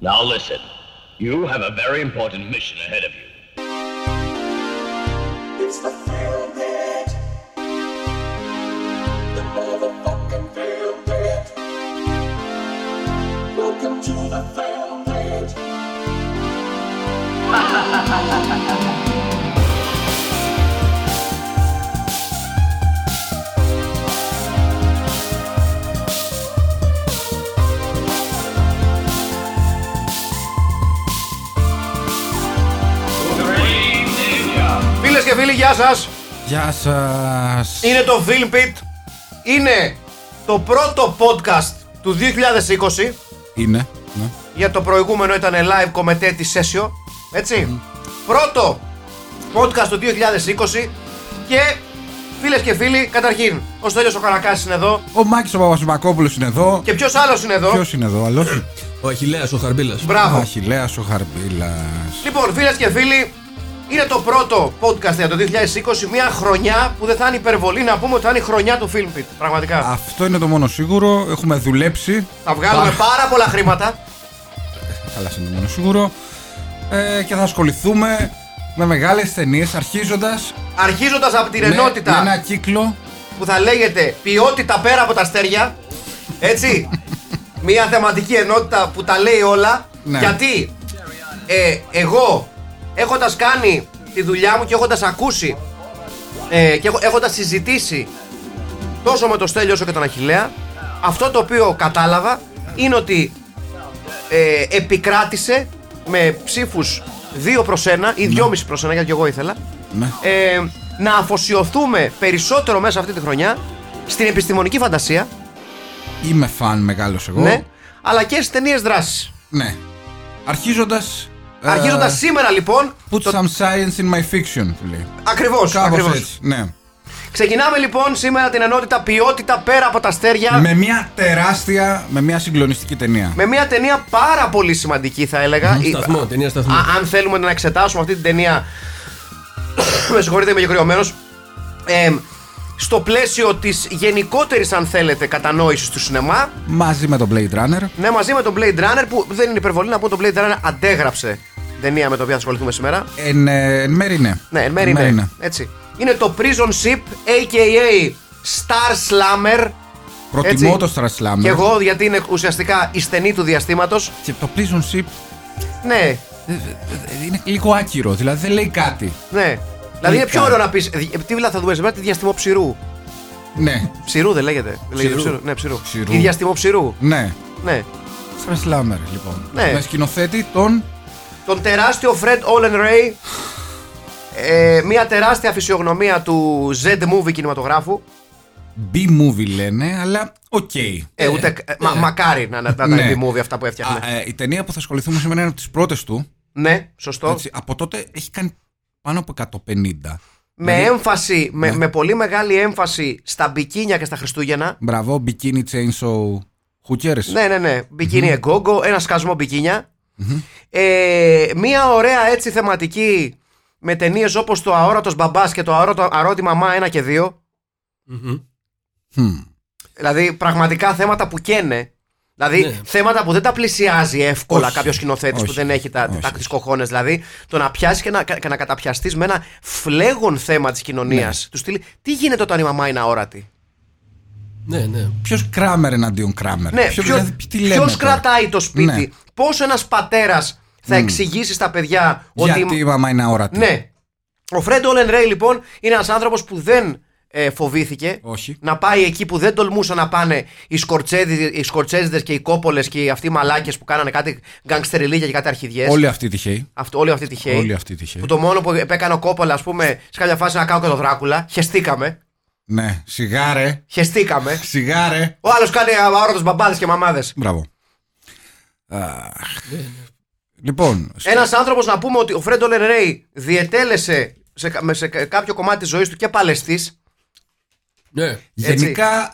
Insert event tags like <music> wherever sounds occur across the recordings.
Now listen, you have a very important mission ahead of you. It's the Feel Bit. The motherfucking Feel Bit. Welcome to the Feel Bit. Φίλε και φίλοι, γεια σας! Γεια σας. Είναι το Film Pit. Είναι το πρώτο podcast του 2020. Είναι. Ναι. Για το προηγούμενο ήταν live κομμετέτη σέσιο. Έτσι. Πρώτο podcast του 2020. Και φίλες και φίλοι, καταρχήν, ο Στέλιος ο Καρακάσης είναι εδώ. Ο Μάκης ο Παπασυμπακόπουλος είναι εδώ. Και ποιος άλλος είναι εδώ. Ποιος είναι εδώ, αλλιώ. Ο Αχιλέας, ο Χαρμπίλας. Ο Μπράβο. Αχιλέας ο Χαρμπίλας. Λοιπόν, φίλες και φίλοι, είναι το πρώτο podcast για το 2020. Μια χρονιά που δεν θα είναι υπερβολή να πούμε ότι θα είναι η χρονιά του Film Pit. Πραγματικά. Αυτό είναι το μόνο σίγουρο. Έχουμε δουλέψει. Θα βγάλουμε πάρα πολλά χρήματα. Καλά, είναι το μόνο σίγουρο. Ε, και θα ασχοληθούμε με μεγάλες ταινίες αρχίζοντας Αρχίζοντας από την με, ενότητα. με ένα κύκλο που θα λέγεται ποιότητα πέρα από τα αστέρια. Έτσι. Μια θεματική ενότητα που τα λέει όλα. Ναι. Γιατί ε, εγώ έχοντας κάνει τη δουλειά μου και έχοντας ακούσει ε, και έχο- έχοντας συζητήσει τόσο με τον Στέλιο όσο και τον Αχιλέα αυτό το οποίο κατάλαβα είναι ότι ε, επικράτησε με ψήφους 2 προς 1 ή 2,5 προς 1 γιατί και εγώ ήθελα Ναι. ε, να αφοσιωθούμε περισσότερο μέσα αυτή τη χρονιά στην επιστημονική φαντασία, Είμαι φαν μεγάλος εγώ ναι, αλλά και στις ταινίες δράσης. Ναι. Αρχίζοντας ε, Αρχίζοντας σήμερα λοιπόν. Put Το... some science in my fiction του λέει. Ακριβώς, Κάπως ακριβώς. έτσι ναι. Ξεκινάμε λοιπόν σήμερα την ενότητα ποιότητα πέρα από τα αστέρια Με μια τεράστια, με μια συγκλονιστική ταινία με μια ταινία πάρα πολύ σημαντική θα έλεγα. Η- Σταθμό, ταινία σταθμό. Ε, Α- αν θέλουμε να εξετάσουμε αυτή την ταινία. <coughs> με συγχωρείτε, είμαι γεγριωμένος. Ε, στο πλαίσιο της γενικότερης αν θέλετε κατανόησης του σινεμά Μαζί με τον Blade Runner Ναι, μαζί με τον Blade Runner που δεν είναι υπερβολή να πω τον Blade Runner αντέγραψε την ταινία με την οποία θα ασχοληθούμε σήμερα. Εν, ε, εν μέρη ναι. Ναι, εν μέρει Εν ναι. Έτσι. Είναι το Prison Ship, a.k.a. Star Slammer. Προτιμώ έτσι. το Star Slammer. Και εγώ γιατί είναι ουσιαστικά η στενή του διαστήματος. Και το Prison Ship Ναι, ε, ε, είναι λίγο άκυρο. Δηλαδή δεν λέει κάτι. ναι. Δηλαδή είναι πιο Λίκα. ωραίο να πεις. Τι βλά θα δουλεύει σήμερα, τη διαστημό ψηρού. Ναι. Ψηρού δεν λέγεται. Δεν λέγεται Ψηρού. ψηρού. Ναι, ψηρού. Ψηρού. Η διαστημό ψηρού. Ναι. Ναι. Star Slammer λοιπόν. Ναι. Με σκηνοθέτη τον. Τον τεράστιο Fred Olen Ray. Ε, μια τεράστια φυσιογνωμία του Z-movie κινηματογράφου. B-movie λένε, αλλά οκ. Ε, ούτε, ε, μα, μακάρι να, να, να τα Ναι. indie movie αυτά που έφτιαχνε. Α, ε, η ταινία που θα ασχοληθούμε σήμερα είναι από τις πρώτες του. ναι, σωστό. Έτσι, από τότε έχει κάνει πάνω από 150. με έμφαση, Ναι. με, με πολύ μεγάλη έμφαση στα μπικίνια και στα Χριστούγεννα. Μπραβό, Bikini Chainsaw Hookers. Ναι, ναι, ναι. Μπικίνι εγκόγκο, ένα σκασμό μπικίνια. Ε, μία ωραία έτσι θεματική με ταινίες όπως το Αόρατος Μπαμπάς και το αόρατο, Αρώτη Μαμά 1 και 2. Μμμ. Χμ. Δηλαδή πραγματικά θέματα που καίνε. Δηλαδή Ναι. θέματα που δεν τα πλησιάζει εύκολα Όχι. κάποιος σκηνοθέτης που Όχι. δεν έχει τα, Όχι. τα κοχώνε. Δηλαδή το να πιάσεις και να, και να καταπιαστείς με ένα φλέγον θέμα της κοινωνίας. Ναι. Του στυλ, τι γίνεται όταν η μαμά είναι αόρατη. Ναι, ναι. Ποιος κράμερ εναντίον κράμερ. Ναι, Ποιος- ποιο- δηλαδή, τι ποιος λέμε τώρα. κρατάει το σπίτι. Ναι. Πώς ένας πατέρας θα εξηγήσει στα παιδιά Γιατί ότι. η μαμά είναι αόρατη. Ναι. Ο Φρέντ Όλεν Ρέι λοιπόν είναι ένας άνθρωπος που δεν ε, φοβήθηκε Όχι. να πάει εκεί που δεν τολμούσαν να πάνε οι, Σκορτσέδι, οι Σκορτσέζιδες και οι Κόπολες και οι αυτοί οι μαλάκες που κάνανε κάτι γκαγκστεριλίγια και κάτι αρχιδιές. Όλοι αυτοί τυχαίοι. Αυτό, όλοι αυτοί τυχαίοι. Όλοι αυτοί τυχαίοι. Που το μόνο που επέκανε ο Κόπολα, ας πούμε, σε κάποια φάση να κάνω και το Δράκουλα. Χεστήκαμε. Ναι, σιγάρε. Χεστήκαμε. Σιγάρε. Ο άλλος κάνει αόρατος μπαμπάδες και μαμάδες. Μπράβο. Αχ. Λοιπόν, σ- Ένας άνθρωπος να πούμε ότι ο Φρέντ Όλεν Ρέι διετέλεσε σε, κα- με- σε κα- κάποιο κομμάτι της ζωής του και παλαιστής. Ναι. γενικά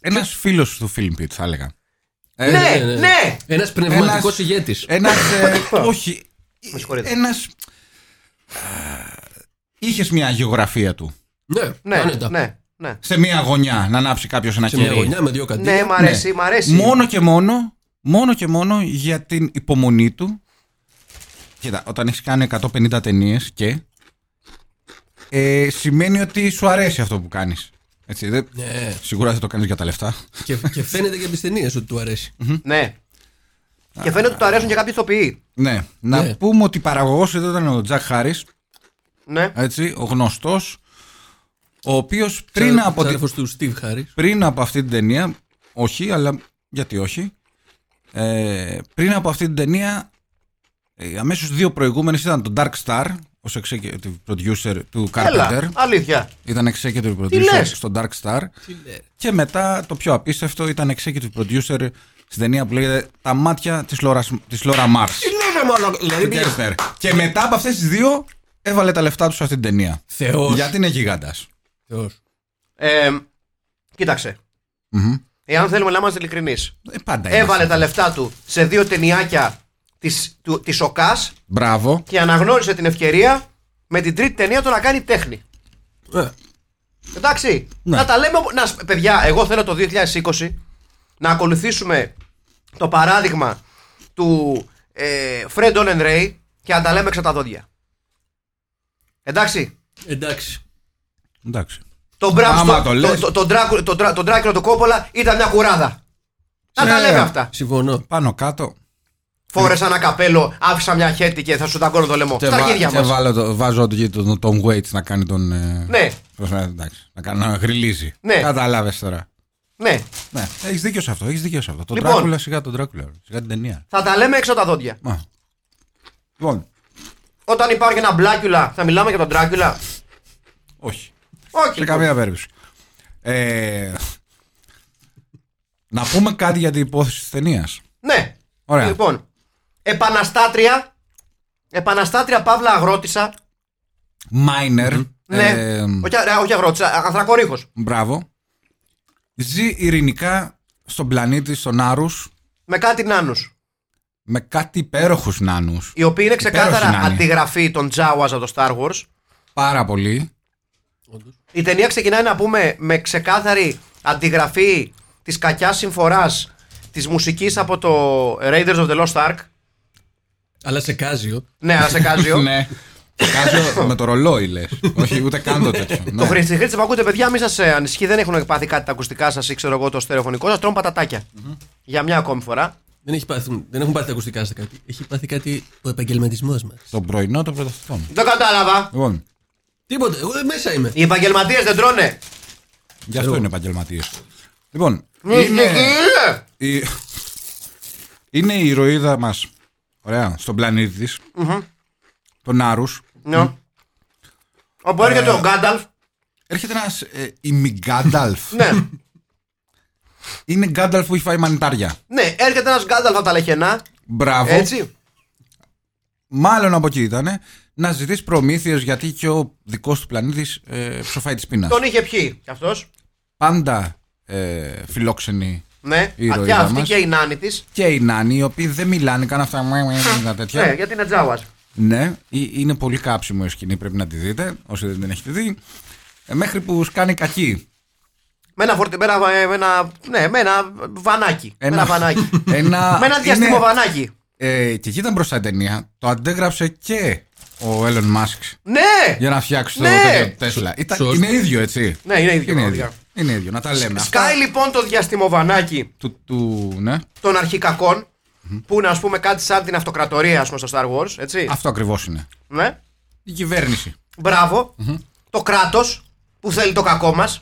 ένα φίλος του Film Pit, θα έλεγα. Ε, Ναι, ναι. Ένα πνευματικός ηγέτης. Ένας, ε, όχι. Με συγχωρείτε. Ένας. Είχες μια γεωγραφία του. Ναι, Ναι, άνετα. ναι, ναι. Σε μια γωνιά να ανάψει κάποιος ένα Σε μια κερί. γωνιά με δύο Ναι, κατοίκια. μ' αρέσει, Ναι. μ' αρέσει. Μόνο και μόνο μόνο και μόνο για την υπομονή του. Κοίτα, όταν έχεις κάνει 150 ταινίες και. Ε, σημαίνει ότι σου αρέσει αυτό που κάνεις. Έτσι, δεν, Ναι. Σίγουρα δεν το κάνει για τα λεφτά. και, και φαίνεται και από τι ταινίε ότι του αρέσει. Ναι. Και φαίνεται ότι του αρέσουν και κάποιοι ηθοποιοί. Ναι. Να Ναι. πούμε ότι παραγωγός εδώ ήταν ο Τζακ Χάρις, Ναι. έτσι, ο γνωστός, ο οποίος <laughs> πριν, από τη- Ξάδερφος του Steve Harris. πριν από αυτή την ταινία, όχι, αλλά γιατί όχι, ε, πριν από αυτή την ταινία, ε, αμέσως δύο προηγούμενες ήταν το Dark Star, ως executive producer του Carpenter. Έλα, αλήθεια. Ήταν executive producer λες? στο Dark Star. Τι λέει. Και μετά το πιο απίστευτο ήταν executive producer στην ταινία που λέγεται Τα μάτια της Λόρα Μάρς. Δηλαδή, Και Κέρσνερ. Και μετά από αυτές τις δύο έβαλε τα λεφτά του σε αυτή την ταινία. Θεός. Γιατί είναι γιγάντας. Θεός. ε, κοίταξε. Εάν θέλουμε να είμαστε ειλικρινείς, Ε, πάντα είναι. έβαλε αυτό. τα λεφτά του σε δύο ταινιάκια της, του, της ΟΚΑΣ Μπράβο. και αναγνώρισε την ευκαιρία με την τρίτη ταινία του να κάνει τέχνη. Ε, Εντάξει. Ναι. Να τα λέμε. όπου- Να, σ- παιδιά, εγώ θέλω το 2020 να ακολουθήσουμε το παράδειγμα του ε, Fred Olen Ray και να τα λέμε ξα τα δόντια. Εντάξει. Εντάξει. Εντάξει. Το Bram Άμα Sto- το λες. το, το, Dracula- το, Dra- το Dracula του Κόμπολα ήταν μια κουράδα. Να τα Ναι. λέμε αυτά. Συμφωνώ. Πάνω κάτω. Φόρεσα ένα καπέλο, άφησα μια χέτη και θα σου ταγκώνω το λαιμό. Και Στα βα- αρχίδια και μας. βάλω το, βάζω ότι τον τον Tom Waits να κάνει τον. ε, Ναι, πώς να- εντάξει, να κάνει να γριλίζει. Ναι. Κατάλαβες τώρα. ναι. Ναι, έχεις δίκιο σε αυτό. Έχεις δίκιο σε αυτό. Τον Λοιπόν. Dracula, σιγά τον Dracula. Σιγά την ταινία. Θα τα λέμε έξω τα δόντια. Μα. Λοιπόν, Όταν υπάρχει ένα μπλάκιουλα, θα μιλάμε για τον Τράκιουλα. όχι. Όχι. Σε καμία περίπτωση. Ε, να πούμε κάτι για την υπόθεση της ταινίας. Ναι. Ωραία. Λοιπόν, επαναστάτρια. Επαναστάτρια Παύλα Αγρότησα. Μάινερ. Ναι. ε, όχι, α- όχι Αγρότησα, α- Ανθρακορίχος. Μπράβο. Ζει ειρηνικά στον πλανήτη, στον Άρους, Με κάτι νάνους. με κάτι υπέροχους νάνους. Οι οποίοι είναι Υπέροχη ξεκάθαρα νάνη. αντιγραφή των Τζάουαζ από το Star Wars. Πάρα πολύ. Όντως. Η ταινία ξεκινάει να πούμε με ξεκάθαρη αντιγραφή της κακιάς συμφοράς της μουσικής από το Raiders of the Lost Ark. Αλλά σε κάζιο. Ναι, αλλά <laughs> σε κάζιο. ναι. Κάζω με το ρολόι, λες. Όχι, ούτε καν το τέτοιο. Το ναι. χρήστη χρήστη που ακούτε, παιδιά, μην σα ανησυχεί. Δεν έχουν πάθει κάτι τα ακουστικά σας ή ξέρω εγώ το στερεοφωνικό σας. Τρώνε πατατάκια. Για μια ακόμη φορά. Δεν, έχει πάθει, δεν έχουν πάθει τα ακουστικά σε κάτι. Έχει πάθει κάτι ο επαγγελματισμός μας. Το πρωινό των πρωταθλητών. Δεν κατάλαβα. Λοιπόν, Τίποτα. Εγώ μέσα είμαι. Οι επαγγελματίες δεν τρώνε. γι' αυτό είναι επαγγελματίες. Λοιπόν, Είναι... είναι, ε. η... είναι η ηρωίδα μας. Ωραία, στον πλανήτη της. Τον Άρους. Ναι. Όπου Ε. έρχεται ο Γκάνταλφ. Έρχεται ένας ε, ημιγκάνταλφ. Ναι. Είναι γκάνταλφ που έχει φάει μανιτάρια. ναι, έρχεται ένας Γκάνταλφ από τα λεχενά. Μπράβο. Έτσι. μάλλον από εκεί ήταν, να ζητήσει προμήθειες γιατί και ο δικός του πλανήτης ε, ψοφάει τη πείνας. Τον είχε πιει κι αυτός. Πάντα ε, φιλόξενοι Ναι. Η Α, Και ηρωίδα αυτή μας. και η νάνη της. και οι νάνοι, οι οποίοι δεν μιλάνε καν αυτά. μουα, μουα, μουα, τέτοια. Ναι, γιατί είναι τζάουας. Ναι, ε, είναι πολύ κάψιμο η σκηνή, πρέπει να τη δείτε, όσοι δεν την έχετε δει. Ε, μέχρι που σκάνει κακή. Με ένα φορτι... με ένα, ε, με ένα- ναι, με ένα βανάκι. Με ένα βανάκι. ένα, <laughs> με ένα διαστημό είναι- βανάκι. Ε, και εκεί ήταν μπροστά η ταινία. Το αντέγραψε και ο Έλλον Μάσκ Ναι! για να φτιάξει Ναι. το τέτοιο Τέσλα. Ήταν, Σωστό. είναι ίδιο, έτσι. Ναι, είναι ίδιο. Είναι ίδιο. πραγματικά. Είναι ίδιο, να τα λέμε. Αυτά Σκάει λοιπόν το διαστημοβανάκι του, του, ναι. των αρχικακών που είναι ας πούμε κάτι σαν την αυτοκρατορία ας πούμε, στο Star Wars, έτσι. Αυτό ακριβώς είναι. Ναι. Η κυβέρνηση. μπραβο Το κράτος που θέλει το κακό μας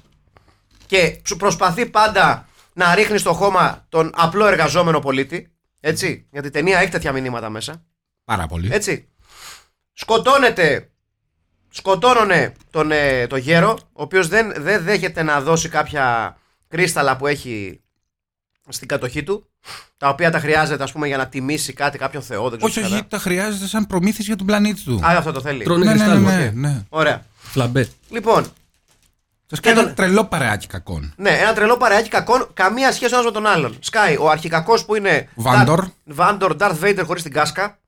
και σου προσπαθεί πάντα να ρίχνει στο χώμα τον απλό εργαζόμενο πολίτη. Έτσι. Γιατί η ταινία έχει τέτοια μηνύματα μέσα. Πάρα πολύ. Έτσι. Σκοτώνεται. Σκοτώνωνε τον, ε, το γέρο, ο οποίος δεν, δεν δέχεται να δώσει κάποια κρίσταλα που έχει στην κατοχή του, τα οποία τα χρειάζεται, ας πούμε, για να τιμήσει κάτι, κάποιον θεό, δεν ξέρω όχι, τι όχι, κατά. τα χρειάζεται σαν προμήθειες για τον πλανήτη του. Α, αυτό το θέλει. Τρώνε ναι, ναι, κρυστάλλο. ναι, ναι. Ωραία. Φλαμπέ. Λοιπόν, Σας κάνει τον- ένα τρελό παρεάκι κακών. Ναι, ένα τρελό παρεάκι κακών, καμία σχέση ο ένας με τον άλλον. Σκάει ο αρχικακός που είναι. Βάντορ. Darth- Βάντορ, Darth Vader χωρίς την κάσκα.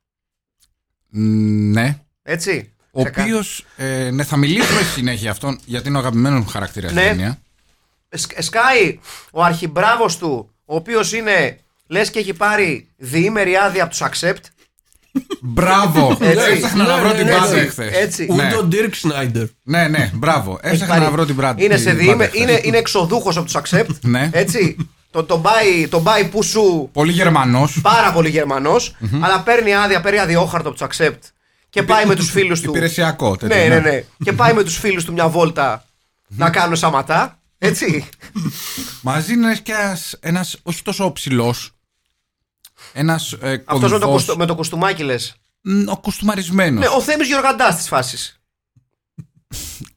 Ναι. Έτσι. Ο Ξεκα- οποίος. Ε, ναι, θα μιλήσουμε στη συνέχεια αυτόν, γιατί είναι ο αγαπημένος μου χαρακτήρας στην Ναι. ταινία. Σκ- Σκάει ο αρχιμπράβος του, ο οποίος είναι λες και έχει πάρει διήμερη άδεια από τους accept. Μπράβο! Έτσι. Έψαχνα να Ναι, βρω ναι, την ναι, μπάντα έτσι. εχθές. Έτσι. Ναι, Ούτε ο Dirk Schneider. ναι, ναι, μπράβο. Έψαχνα να πάρει. βρω την μπάντα. Είναι, την σε μπάντα διήμε, εχθές. είναι, είναι εξοδούχος από τους accept. <laughs> Ναι. Έτσι. Τον το πάει, τον πάει που σου Πολύ Γερμανός. πάρα πολύ γερμανός, αλλά παίρνει άδεια, παίρνει αδιόχαρτο από τους accept και πάει με τους φίλους του. Υπηρεσιακό τέτοιο. ναι, ναι, ναι. και πάει με τους φίλους του μια βόλτα να κάνουν σαματά. Έτσι. Μαζί είναι και ένας όχι τόσο ψηλός. Ένας ε, Αυτός με, το κομβικός, κουστο- με το κουστούμάκι λες. μ, ο κουστούμαρισμένος. Ναι, ο Θέμης Γιοργαντά της φάσης.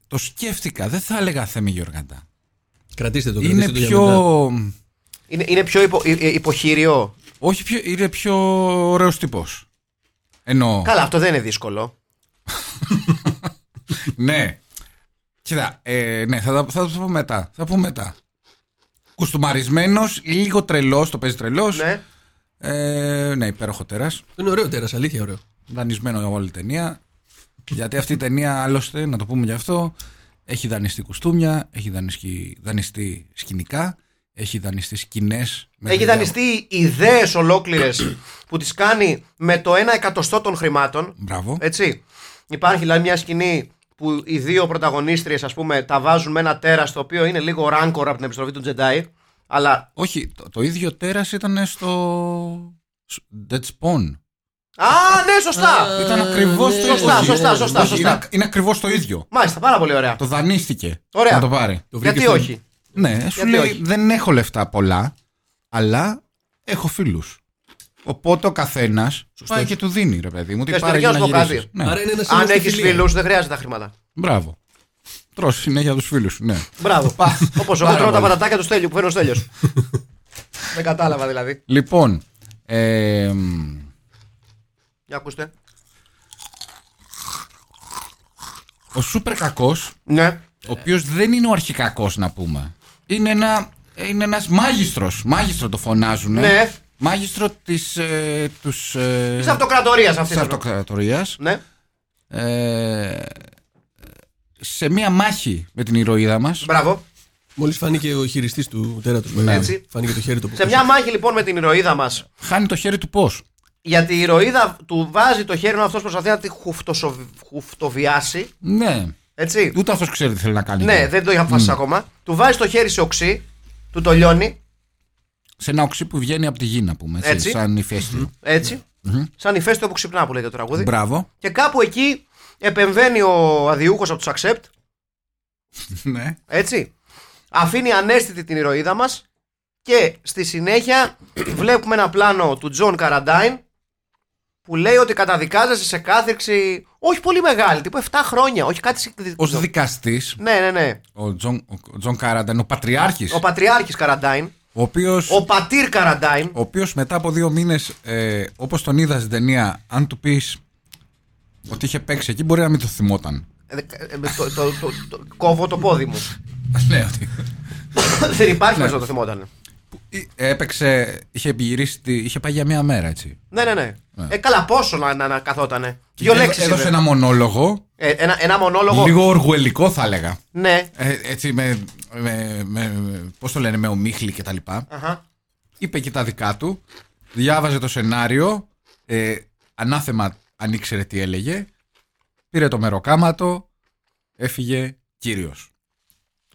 Το σκέφτηκα. Δεν θα έλεγα Θέμη Γιωργαντά. Κρατήστε το, Είναι κρατήστε το για μετά. πιο. Είναι, είναι πιο υπο, υ- υ- υποχείριο. Όχι, πιο, είναι πιο ωραίος τύπος. Εννοώ. Καλά, αυτό δεν είναι δύσκολο. Ναι. Κοίτα, ε, ναι, θα, τα- θα, τα πω μετά. Θα τα πω μετά. Κουστούμαρισμένος, λίγο τρελός, το παίζει τρελός. Ναι. Ε, ναι, υπέροχο τέρας. Είναι ωραίο τέρας, αλήθεια ωραίο. Δανεισμένο από όλη ταινία. Γιατί αυτή η ταινία, άλλωστε, να το πούμε γι' αυτό, έχει δανειστεί κουστούμια, έχει δανειστεί, δανειστεί σκηνικά, έχει δανειστεί σκηνές. Έχει δανειστεί ιδέες ολόκληρες που τις κάνει με το 1 εκατοστό των χρημάτων. Μπράβο. Έτσι. Υπάρχει δηλαδή μια σκηνή που οι δύο πρωταγωνίστριες ας πούμε τα βάζουν με ένα τέρας το οποίο είναι λίγο ράνκορ από την επιστροφή του Τζεντάι αλλά Όχι, το, το ίδιο τέρας ήταν στο. σ- Dead Spawn. Α ναι σωστά Ήταν ακριβώς το ίδιο. Σωστά, σωστά, ναι, σωστά, ναι. σωστά. Είναι, είναι ακριβώς το ίδιο. Μάλιστα πάρα πολύ ωραία Το δανείστηκε. Ωραία. Να το πάρει. Το Γιατί βρήκε στο- όχι Ναι, σου Γιατί λέει όχι. δεν έχω λεφτά πολλά, αλλά έχω φίλους. Οπότε ο καθένας πάει και του δίνει, ρε παιδί μου. Τι Και στο πάρει τέλος να να πω γυρίσεις. κάτι. Ναι. Άρα είναι ένας Αν είδος έχεις φιλίας. φίλους δεν χρειάζεται τα χρήματα Μπράβο. Τρώσει συνέχεια τους φίλους σου. Ναι. Μπράβο Όπως εγώ Πάρα τρώω τα πολύ. πατατάκια του Στέλιου που φέρνει ο <laughs> Στέλιος Δεν κατάλαβα δηλαδή Λοιπόν. Ε, μ, Για ακούστε ο σούπερ κακός Ναι ο οποίος δεν είναι ο αρχικακός να πούμε. Είναι ένα είναι ένας μάγιστρος. Μάγιστρο το φωνάζουν. ε. Ναι. Μάγιστρο της, ε, τους, ε, Της αυτοκρατορίας της αυτής αυτοκρατορίας. Ναι Ε, σε μία μάχη με την ηρωίδα μας. Μπράβο Μόλις φάνηκε ο χειριστής του τέρατος. Έτσι. Φάνηκε το χέρι του. Σε μια μάχη λοιπόν με την ηρωίδα μας Χάνει το χέρι του πώς. Γιατί η ηρωίδα του βάζει το χέρι ενώ αυτός προσπαθεί να τη χουφτοσοβ- χουφτοβιάσει. Ναι. Έτσι. Ούτε αυτός ξέρει τι θέλει να κάνει. Ναι, δεν το είχα αποφασίσει ακόμα. Του βάζει το χέρι σε οξύ, του το λιώνει. Σε ένα οξύ που βγαίνει από τη γη να πούμε. Έτσι, Έτσι. Σαν ηφαίστειο. Έτσι. Σαν ηφαίστειο που ξυπνά που λέει το τραγούδι. <laughs> Μπράβο. Και κάπου εκεί επεμβαίνει ο αδιούχος από τους accept. ναι. Έτσι. Αφήνει ανέστητη την ηρωίδα μας και στη συνέχεια βλέπουμε ένα πλάνο του Τζον Καραντάιν που λέει ότι καταδικάζεσαι σε κάθεξη όχι πολύ μεγάλη, τύπου 7 χρόνια, όχι κάτι Ω συγκεκριμένο. δικαστής, Ναι, ναι, ναι. ο Τζον, ο Τζον Κάραντα είναι ο πατριάρχης. Ο Πατριάρχης Καραντάιν. Ο οποίος Ο Πατήρ Καραντάιν. ο οποίος μετά από δύο μήνες, ε, όπως τον είδα στην ταινία, αν του πεις ότι είχε παίξει εκεί, μπορεί να μην το θυμόταν. Ε, ε, με το- το- το- το- Κόβω το πόδι <coughs> μου. <laughs> ναι, ότι. Δεν Ναι. υπάρχει μέσα να το θυμόταν. Ε, Έπαιξε, είχε επιγυρίσει, τη- είχε πάει για μία μέρα έτσι. Ναι, ναι, ναι. Ε, καλά, πόσο να, να, να καθότανε. Δύο Έδω- λέξεις. Έδωσε ένα μονόλογο, Ένα, ένα μονόλογο. λίγο οργουελικό θα έλεγα. Ναι. Ε, έτσι με, με, με- πώς το λένε, με ομίχλη και τα λοιπά. Αχα. είπε και τα δικά του, διάβαζε το σενάριο, ε, ανάθεμα αν ήξερε τι έλεγε, πήρε το μεροκάματο, έφυγε κύριος.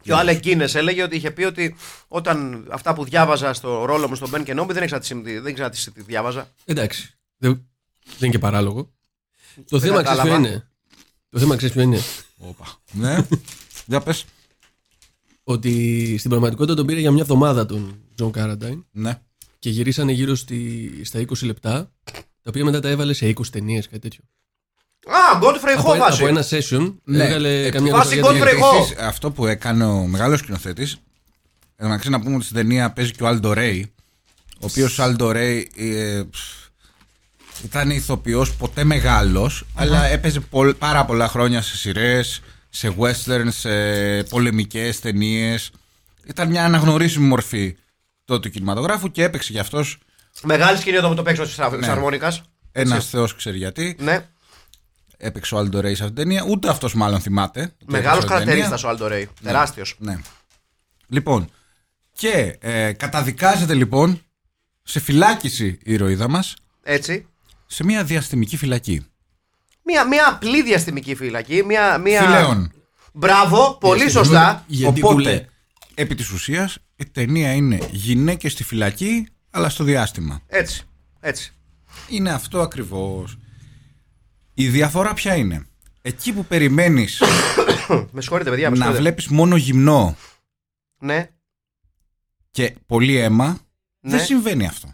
Και ο Άλε Γκίνες έλεγε ότι είχε πει ότι όταν αυτά που διάβαζα στο ρόλο μου στον Μπεν Κενόμπι δεν ήξερα τι συμ- δεν ήξερα τι τι διάβαζα. Εντάξει. Δεν, δεν είναι και παράλογο. Το θέμα ξέρεις ποιο κατάλαβα. είναι. Το θέμα ξέρεις ποιο είναι. Όπα. Ναι, για πες. Ότι στην πραγματικότητα τον πήρε για μια εβδομάδα τον Τζον Κάραντάιν Ναι. και γυρίσανε γύρω στη, στα 20 λεπτά, τα οποία μετά τα έβαλε σε 20 ταινίες, κάτι τέτοιο. Α, Godfrey από, Ho ένα, από βάση. ένα session Ναι. έβγαλε Ε, καμιά βάση δεκαετία. Godfrey. Εγώ. Επίσης, αυτό που έκανε ο μεγάλος σκηνοθέτης, ε, να ξέρεις να πούμε ότι στην ταινία παίζει και ο Άλντο Ρέι, ο οποίος Άλντο Ρέι ε, ε, ψ, ήταν ηθοποιός ποτέ μεγάλος, αλλά έπαιζε πολλ- πάρα πολλά χρόνια σε σειρές, σε western, σε πολεμικές ταινίες. Ήταν μια αναγνωρίσιμη μορφή τότε του κινηματογράφου και έπαιξε γι' αυτός Μεγάλης σκηνή όταν μου το παίξω τη Ναι. αρμόνικα. ένας θεός ξέρει γιατί. Ναι. Έπαιξε ο Άλντο Ρέι σε αυτήν την ταινία, ούτε αυτός μάλλον θυμάται. ότι έπαιξε Μεγάλο αυτή την ταινία. κρατερίστα ο Άλντο Ρέι. Τεράστιος. Ναι. Λοιπόν, και ε, καταδικάζεται λοιπόν σε φυλάκιση η ηρωίδα μας Έτσι. σε μια διαστημική φυλακή. Μια, μια απλή διαστημική φυλακή. Μια, μια... Φιλέων. Μπράβο, πολύ σωστά. Γιατί Οπότε, κουλέ. επί της ουσίας, η ταινία είναι γυναίκες στη φυλακή, αλλά στο διάστημα. Έτσι. Έτσι. Είναι αυτό ακριβώς. Η διαφορά ποια είναι. Εκεί που περιμένεις Με συγχωρείτε, παιδιά. Με να συγχωρείτε. βλέπεις μόνο γυμνό Ναι. και πολύ αίμα, Ναι. δεν συμβαίνει αυτό.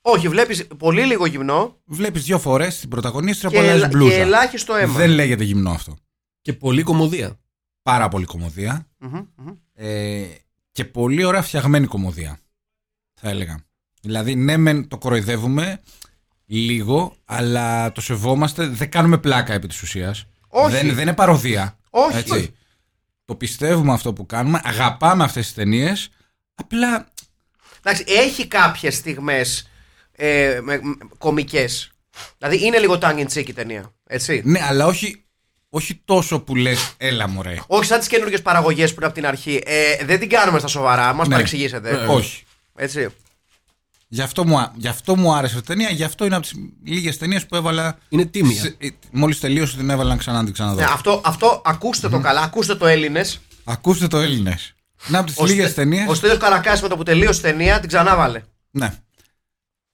Όχι, βλέπεις πολύ λίγο γυμνό Βλέπεις δύο φορές την πρωταγωνίστρια και, που αλλάζει ελα- και μπλούζα. ελάχιστο αίμα. Δεν λέγεται γυμνό αυτό. Και πολύ κομμωδία. Πάρα πολύ κομμωδία. Μμμ, μμμ. Ε, και πολύ ωραία φτιαγμένη κομμωδία. Θα έλεγα. Δηλαδή, ναι, μεν το κοροϊδεύουμε λίγο, αλλά το σεβόμαστε. Δεν κάνουμε πλάκα επί της ουσίας. Όχι. Δεν, δεν είναι παροδία. Όχι. Έτσι. Το πιστεύουμε αυτό που κάνουμε. Αγαπάμε αυτές τις ταινίες. Απλά Εντάξει, έχει κάποιες στιγμές ε, κομικές. Δηλαδή είναι λίγο tongue in cheek η ταινία. Έτσι. Ναι, αλλά όχι, όχι τόσο που λες, έλα μωρέ. Όχι σαν τις καινούργιες παραγωγές που είναι από την αρχή. Ε, δεν την κάνουμε στα σοβαρά, μας Ναι. παρεξηγήσετε. Ε, όχι. Έτσι. Γι' αυτό, μου, α- γι' αυτό μου άρεσε αυτή η ταινία, γι' αυτό είναι από τις λίγες ταινίες που έβαλα. Είναι τίμια. Μόλις τελείωσε την έβαλα να ξανά την ξαναδώ. Ναι, αυτό, αυτό ακούστε το καλά, ακούστε το Έλληνες. Ακούστε το Έλληνες. Είναι από τις λίγες ταινίες. Ο Στέλιος Καρακάσης με το που τελείωσε ταινία την ξανάβαλε. Ναι.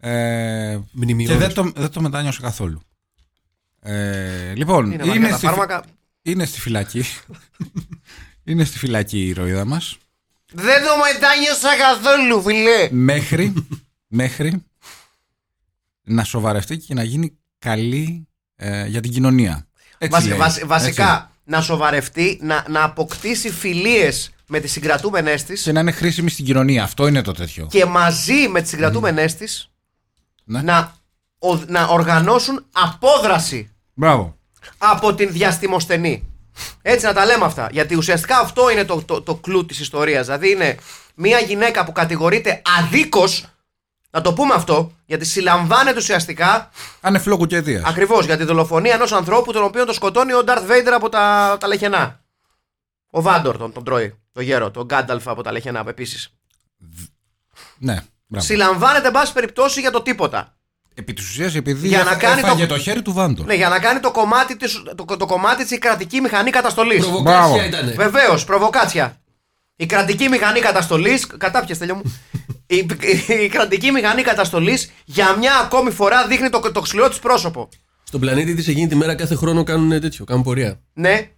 Ε, και Μνημειώδης. δεν το, δεν το μετάνιωσα καθόλου. Ε, λοιπόν, Είναι, είναι, μαλάκα τα στη, φάρμακα. είναι στη φυλακή. <laughs> είναι στη φυλακή η ηρωίδα μας. Δεν το μετάνιωσα καθόλου, Ναι, φιλέ. μέχρι, μέχρι να σοβαρευτεί και να γίνει καλή ε, για την κοινωνία. Έτσι Βασι- λέει. βασι- βασικά, Έτσι. να σοβαρευτεί, να, να αποκτήσει φιλίες με τις συγκρατούμενές της Και να είναι χρήσιμη στην κοινωνία. Αυτό είναι το τέτοιο. και μαζί με τις συγκρατούμενές της Ναι. να, ο- να οργανώσουν απόδραση Μπράβο. από την διαστημοσθενή. Έτσι να τα λέμε αυτά. Γιατί ουσιαστικά αυτό είναι το, το, το κλου της ιστορίας. Δηλαδή είναι μια γυναίκα που κατηγορείται αδίκως. Να το πούμε αυτό, γιατί συλλαμβάνεται ουσιαστικά Ανεφλόκου και αιτίας. ακριβώς για τη δολοφονία ενός ανθρώπου τον οποίο τον σκοτώνει ο Ντάρθ Βέιντερ από τα, τα λεχενά. Ο Βάντορ τον, τον τρώει, το γέρο, τον Γκάνταλφ από τα λεχενά επίσης. Ναι. Μπράβο. Συλλαμβάνεται, εν πάση περιπτώσει, για το τίποτα. Επί της ουσίας, επειδή Για να έφα- κάνει έφαγε το- το... χέρι του Βάντορ. Ναι, για να κάνει το κομμάτι της το, το κομμάτι της η κρατική μηχανή καταστολής. Προβοκάτσια Μπράβο. ήτανε. Βεβαίως, προβοκάτσια. Η κρατική μηχανή καταστολής. Κατάπιες, τέλειο μου. η, η- η κρατική μηχανή καταστολής για μια ακόμη φορά δείχνει το, το ξυλό της πρόσωπο. Στον πλανήτη της εκείνη τη μέρα κάθε χρόνο κάνουν τέτοιο. Κάνουν πορεία. Ναι.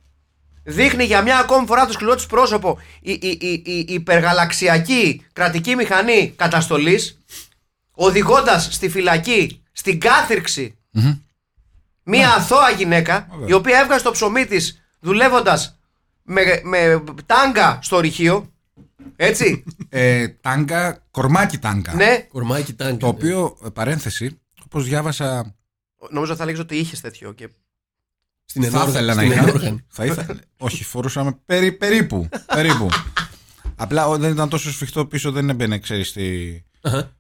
Δείχνει για μια ακόμη φορά το σκληρό της πρόσωπο η, η, η, η υπεργαλαξιακή κρατική μηχανή καταστολής, οδηγώντας στη φυλακή, στην καθυρξη μια αθώα γυναίκα, η οποία έβγαζε το ψωμί της δουλεύοντας με, με τάγκα στο ρηχείο. Έτσι. Ε, τάγκα, κορμάκι τάγκα. ναι. Κορμάκι τάγκ. Το οποίο, ε, παρένθεση, όπως διάβασα. Νομίζω θα λέγεις ότι είχες τέτοιο. Και... στην θα ενόργανη. ήθελα να στην είχα. ενόργανη. θα ήθελα. Όχι, φορούσαμε περί, περίπου. περίπου. Απλά ο, δεν ήταν τόσο σφιχτό πίσω, δεν έμπαινε, ξέρεις, στη Αχα.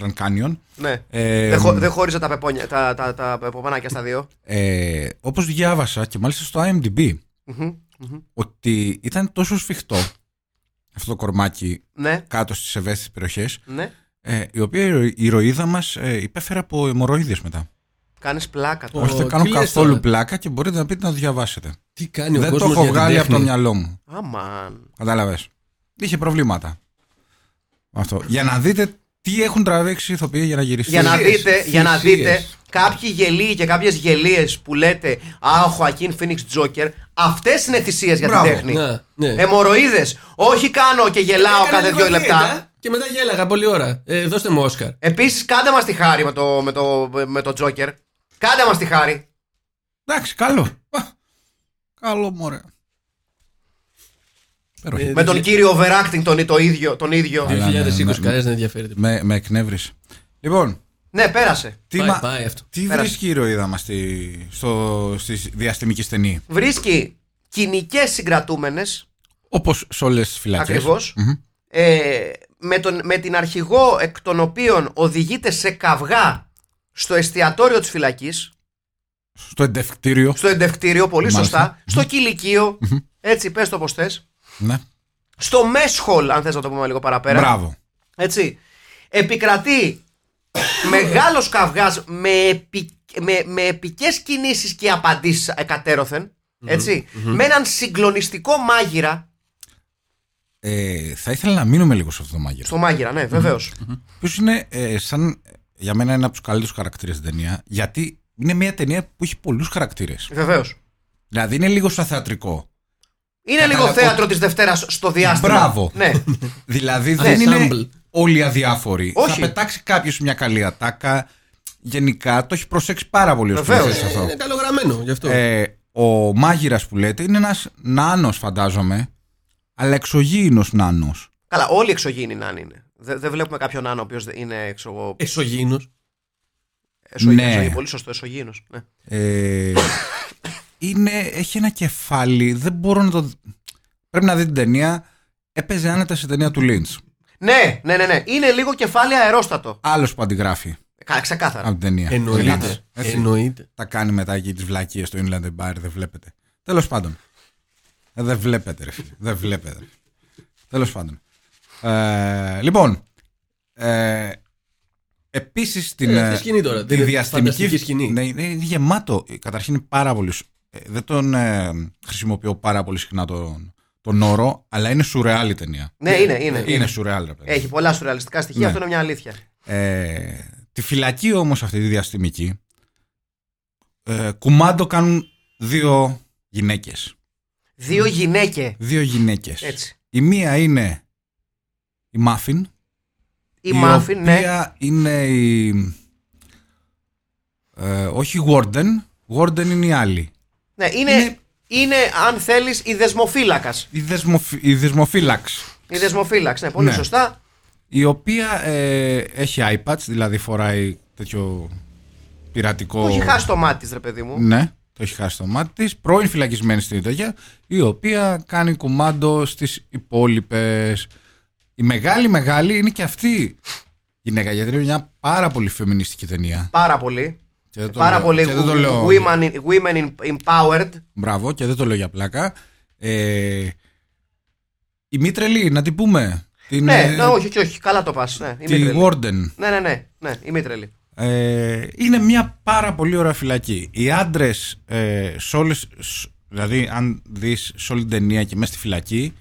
Grand Canyon. Ναι. Ε, δεν, χω, δεν χώριζε τα, πεπόνια, τα, τα, τα πεπονάκια στα δύο. ε, όπως διάβασα και μάλιστα στο IMDb Μμμ. ότι ήταν τόσο σφιχτό αυτό το κορμάκι Ναι. κάτω στις ευαίσθητες περιοχές Ναι. ε, η οποία η ηρωι- η ηρωίδα μας ε, υπέφερε από αιμορροίδες μετά. Κάνεις πλάκα τώρα. Ω, Όχι, δεν τι κάνω λες τώρα. καθόλου πλάκα και μπορείτε να πείτε να το διαβάσετε. Τι κάνει ο δεν το κόσμος. έχω βγάλει από το μυαλό μου. Αμάν. Κατάλαβες. Είχε προβλήματα. Αυτό. Για να δείτε τι έχουν τραβήξει οι ηθοποιοί για να γυριστεί. Για να δείτε, για να θυσίες. δείτε κάποιοι γελοί και κάποιες γελίες που λέτε Α, ο Χωακίν Φίνιξ Τζόκερ, αυτές είναι θυσίες για την Μπράβο. τέχνη. Ναι, ναι. Αιμορροίδε. Όχι κάνω και γελάω Έκανα κάθε λίγο δύο δίαιτα λεπτά. Και μετά γέλαγα πολλή ώρα. Ε, δώστε μου Όσκαρ. Επίσης, κάντε μας τη χάρη με το, με το, με το Τζόκερ. Κάντε μας τη χάρη. Εντάξει, καλό. Α, Καλό, μωρέ. Υπέροχη. Ε, Με τον κύριο Overacting τον, το ίδιο. Τον ίδιο. Αλλά- 2020 ναι, ναι. κανένας δεν ενδιαφέρεται. Με, με εκνεύρισε. Λοιπόν, Ναι, πέρασε. τι, Πάει, μα- πάει αυτό. τι Πέρασε. βρίσκει η ηρωίδα μας στη, στο- στη διαστημική στενή, Βρίσκει κοινικές συγκρατούμενες, όπως σε όλες τις φυλακές. ακριβώς, ε, με, τον- με την αρχηγό εκ των οποίων οδηγείται σε καυγά στο εστιατόριο της φυλακής Στο εντευκτήριο. στο εντευκτήριο, πολύ Μάλιστα. σωστά, στο κηλικείο, έτσι πες το πως θες, Ναι. στο mess hall αν θες να το πούμε λίγο παραπέρα, Μπράβο. έτσι. επικρατεί μεγάλος καυγάς με, επι, με, με επικές κινήσεις και απαντήσεις εκατέρωθεν, έτσι, με έναν συγκλονιστικό μάγειρα, Ε, θα ήθελα να μείνουμε λίγο σε αυτό το μάγειρο. στο μάγειρα, ναι, βεβαίως. Ποιος είναι ε, σαν για μένα ένα από τους καλύτερους χαρακτήρες στην ταινία, γιατί είναι μια ταινία που έχει πολλούς χαρακτήρες. Βεβαίως. Δηλαδή είναι λίγο σαν θεατρικό. Είναι λίγο Κατάλαβα. θέατρο της Δευτέρας στο διάστημα. Μπράβο. <laughs> Ναι. Δηλαδή δεν Ensemble. είναι όλοι αδιάφοροι. Όχι. Θα πετάξει κάποιος μια καλή ατάκα. Γενικά το έχει προσέξει πάρα πολύ ο Βεβαίως. σκηνοθέτης αυτό. Είναι καλογραμμένο γι' αυτό. Ε, ο μάγειρας που λέτε είναι ένας νάνος, φαντάζομαι, αλλά εξωγήινος νάνος. Καλά, όλοι εξωγήινοι να είναι. Δεν δεν βλέπουμε κάποιον άλλο ο οποίος είναι εξω- Εσωγήινος. εξωγήινος. Ε, Ναι. εξωγήινος, Πολύ σωστό, εξωγήινος. Ναι. Ε, είναι, έχει ένα κεφάλι, δεν μπορώ να το. Πρέπει να δει την ταινία. Έπαιζε άνετα σε ταινία του Λίντ. Ναι, ναι, ναι, ναι. Είναι λίγο κεφάλι αερόστατο. Άλλος που αντιγράφει Κα- Ξεκάθαρα. από την ταινία. Ο Lynch. Εννοείται. Έτσι. Εννοείται. Τα κάνει μετά εκεί τις βλακίες στο Inland Empire, δεν βλέπετε. Τέλος πάντων. Ε, δεν βλέπετε, ρε φίλε. Δεν βλέπετε. Τέλος πάντων. Ε, λοιπόν. Ε, Επίσης την. Ε, αυτή η σκηνή τώρα, Τη τη διαστημική φανταστική σκηνή. Ναι, είναι είναι γεμάτο. Ε, Καταρχήν είναι πάρα πολύ. σ- ε, δεν τον ε, χρησιμοποιώ πάρα πολύ συχνά τον, τον όρο, αλλά είναι σουρεάλ η ταινία. Ναι, είναι, είναι. Είναι σουρεάλ, ρε παιδί. Έχει πολλά σουρεαλιστικά στοιχεία, Ναι. αυτό είναι μια αλήθεια. Ε, τη φυλακή όμως αυτή τη διαστημική ε, κουμάντο κάνουν δύο γυναίκες. Δύο γυναίκε. Δύο γυναίκες. Έτσι. Η μία είναι η Μάφιν. Η Μάφιν, ναι. οποία είναι η... Ε, όχι η Warden. Warden είναι η άλλη. ναι είναι, είναι... είναι- αν θέλεις, η δεσμοφύλακας. Η, δεσμοφυ... η δεσμοφύλαξ. Η δεσμοφύλαξη, ναι, πολύ Ναι. σωστά. Η οποία ε, έχει iPads, δηλαδή φοράει τέτοιο πειρατικό... Που έχει χάσει το μάτι της, ρε παιδί μου. Ναι, το έχει χάσει το μάτι της. Πρώην φυλακισμένη στην Ιταλία, η οποία κάνει κουμάντο στις υπόλοιπες. Η μεγάλη, μεγάλη είναι και αυτή γυναίκα, γιατί είναι μια πάρα πολύ φεμινιστική ταινία. Πάρα πολύ. Και δεν το Πάρα λέω- πολύ. Και δεν το λέω. Women, in- women in- empowered. Μπράβο, και δεν το λέω για πλάκα. Ε, η Μήτρελη, να την πούμε. Την, Ναι, ε, ναι, όχι, όχι, όχι. Καλά το πας. Ναι, η τη Μήτρελη. Warden. Ναι, ναι, ναι, ναι, η Μήτρελη. Ε, είναι μια πάρα πολύ ωραία φυλακή. Οι άντρες, ε, σε όλες- σ- δηλαδή, αν δεις σε όλη την ταινία και μέσα στη φυλακή,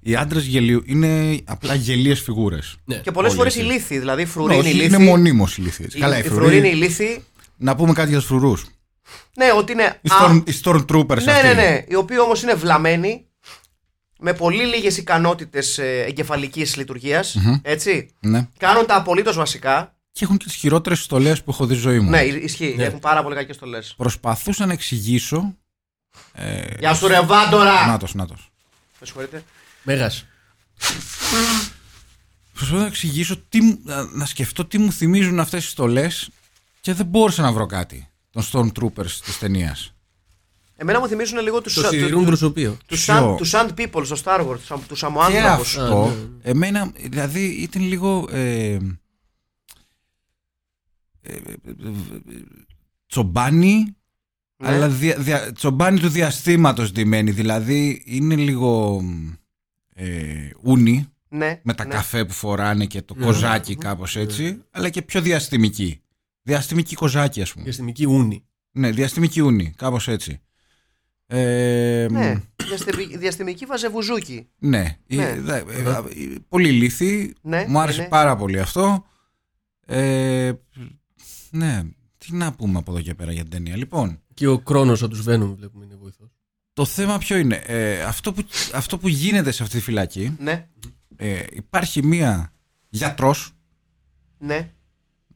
οι άντρες είναι απλά γελίες φιγούρες. Ναι. Και πολλές Πολύ φορές η έτσι. λύθη, δηλαδή η φρουρίνη η λύθη. είναι μονίμως η λύθη. η- Καλά, οι η φρουροί- φρουρίνη η λύθη. Να πούμε κάτι για τους φρουρούς. Ναι, ότι είναι. Οι, α- storm, οι Stormtroopers ναι, αυτοί. ναι, ναι. Οι οποίοι όμως είναι βλαμμένοι με πολύ λίγες ικανότητες εγκεφαλική Έτσι. Ναι. Κάνουν τα απολύτως βασικά. Και έχουν και τις χειρότερες στολές που έχω δει στη ζωή μου. Ναι, ισχύει. Ναι. Έχουν πάρα πολύ κακές στολές. Προσπαθούσα να εξηγήσω. Ε, Γεια σου, ρε Βάντορα! νάτος, νάτος. Με συγχωρείτε. Μέγας. Προσπαθώ να εξηγήσω τι, μου- να- να σκεφτώ τι μου θυμίζουν αυτές οι στολές και δεν μπόρεσα να βρω κάτι των Stormtroopers της ταινίας. Εμένα μου θυμίζουν λίγο τους Το σιδηρούν προσωπείο. Ποιο? Sand, τους Sand People στο Star Wars, του, τους Και Αμοάνθρωπους. αυτό, Α, ναι, ναι. εμένα, δηλαδή ήταν λίγο... Ε, ε, τσομπάνι, Ναι. αλλά δια, δια- τσομπάνι του διαστήματος ντυμένη, δηλαδή είναι λίγο ε, ούνι Ναι, με τα ναι. καφέ που φοράνε και το Ναι. κοζάκι κάπως έτσι, αλλά και πιο διαστημική. Διαστημική κοζάκι ας πούμε. Διαστημική ούνη. Ναι, διαστημική ούνη, κάπως έτσι. Ε, Ναι, διαστημική, διαστημική βαζεβουζούκι. ναι. Η- Ναι. δε- ε, ε, πολύ λύθη. Ναι, Μου άρεσε είναι. πάρα πολύ αυτό. Ε, ναι, τι να πούμε από εδώ και πέρα για την ταινία. Λοιπόν, Και ο Κρόνος από τους Venom βλέπουμε είναι βοηθός. το θέμα ποιο είναι. Ε, αυτό, που, αυτό που γίνεται σε αυτή τη φυλακή, Ναι, ε, υπάρχει μία γιατρός, ναι.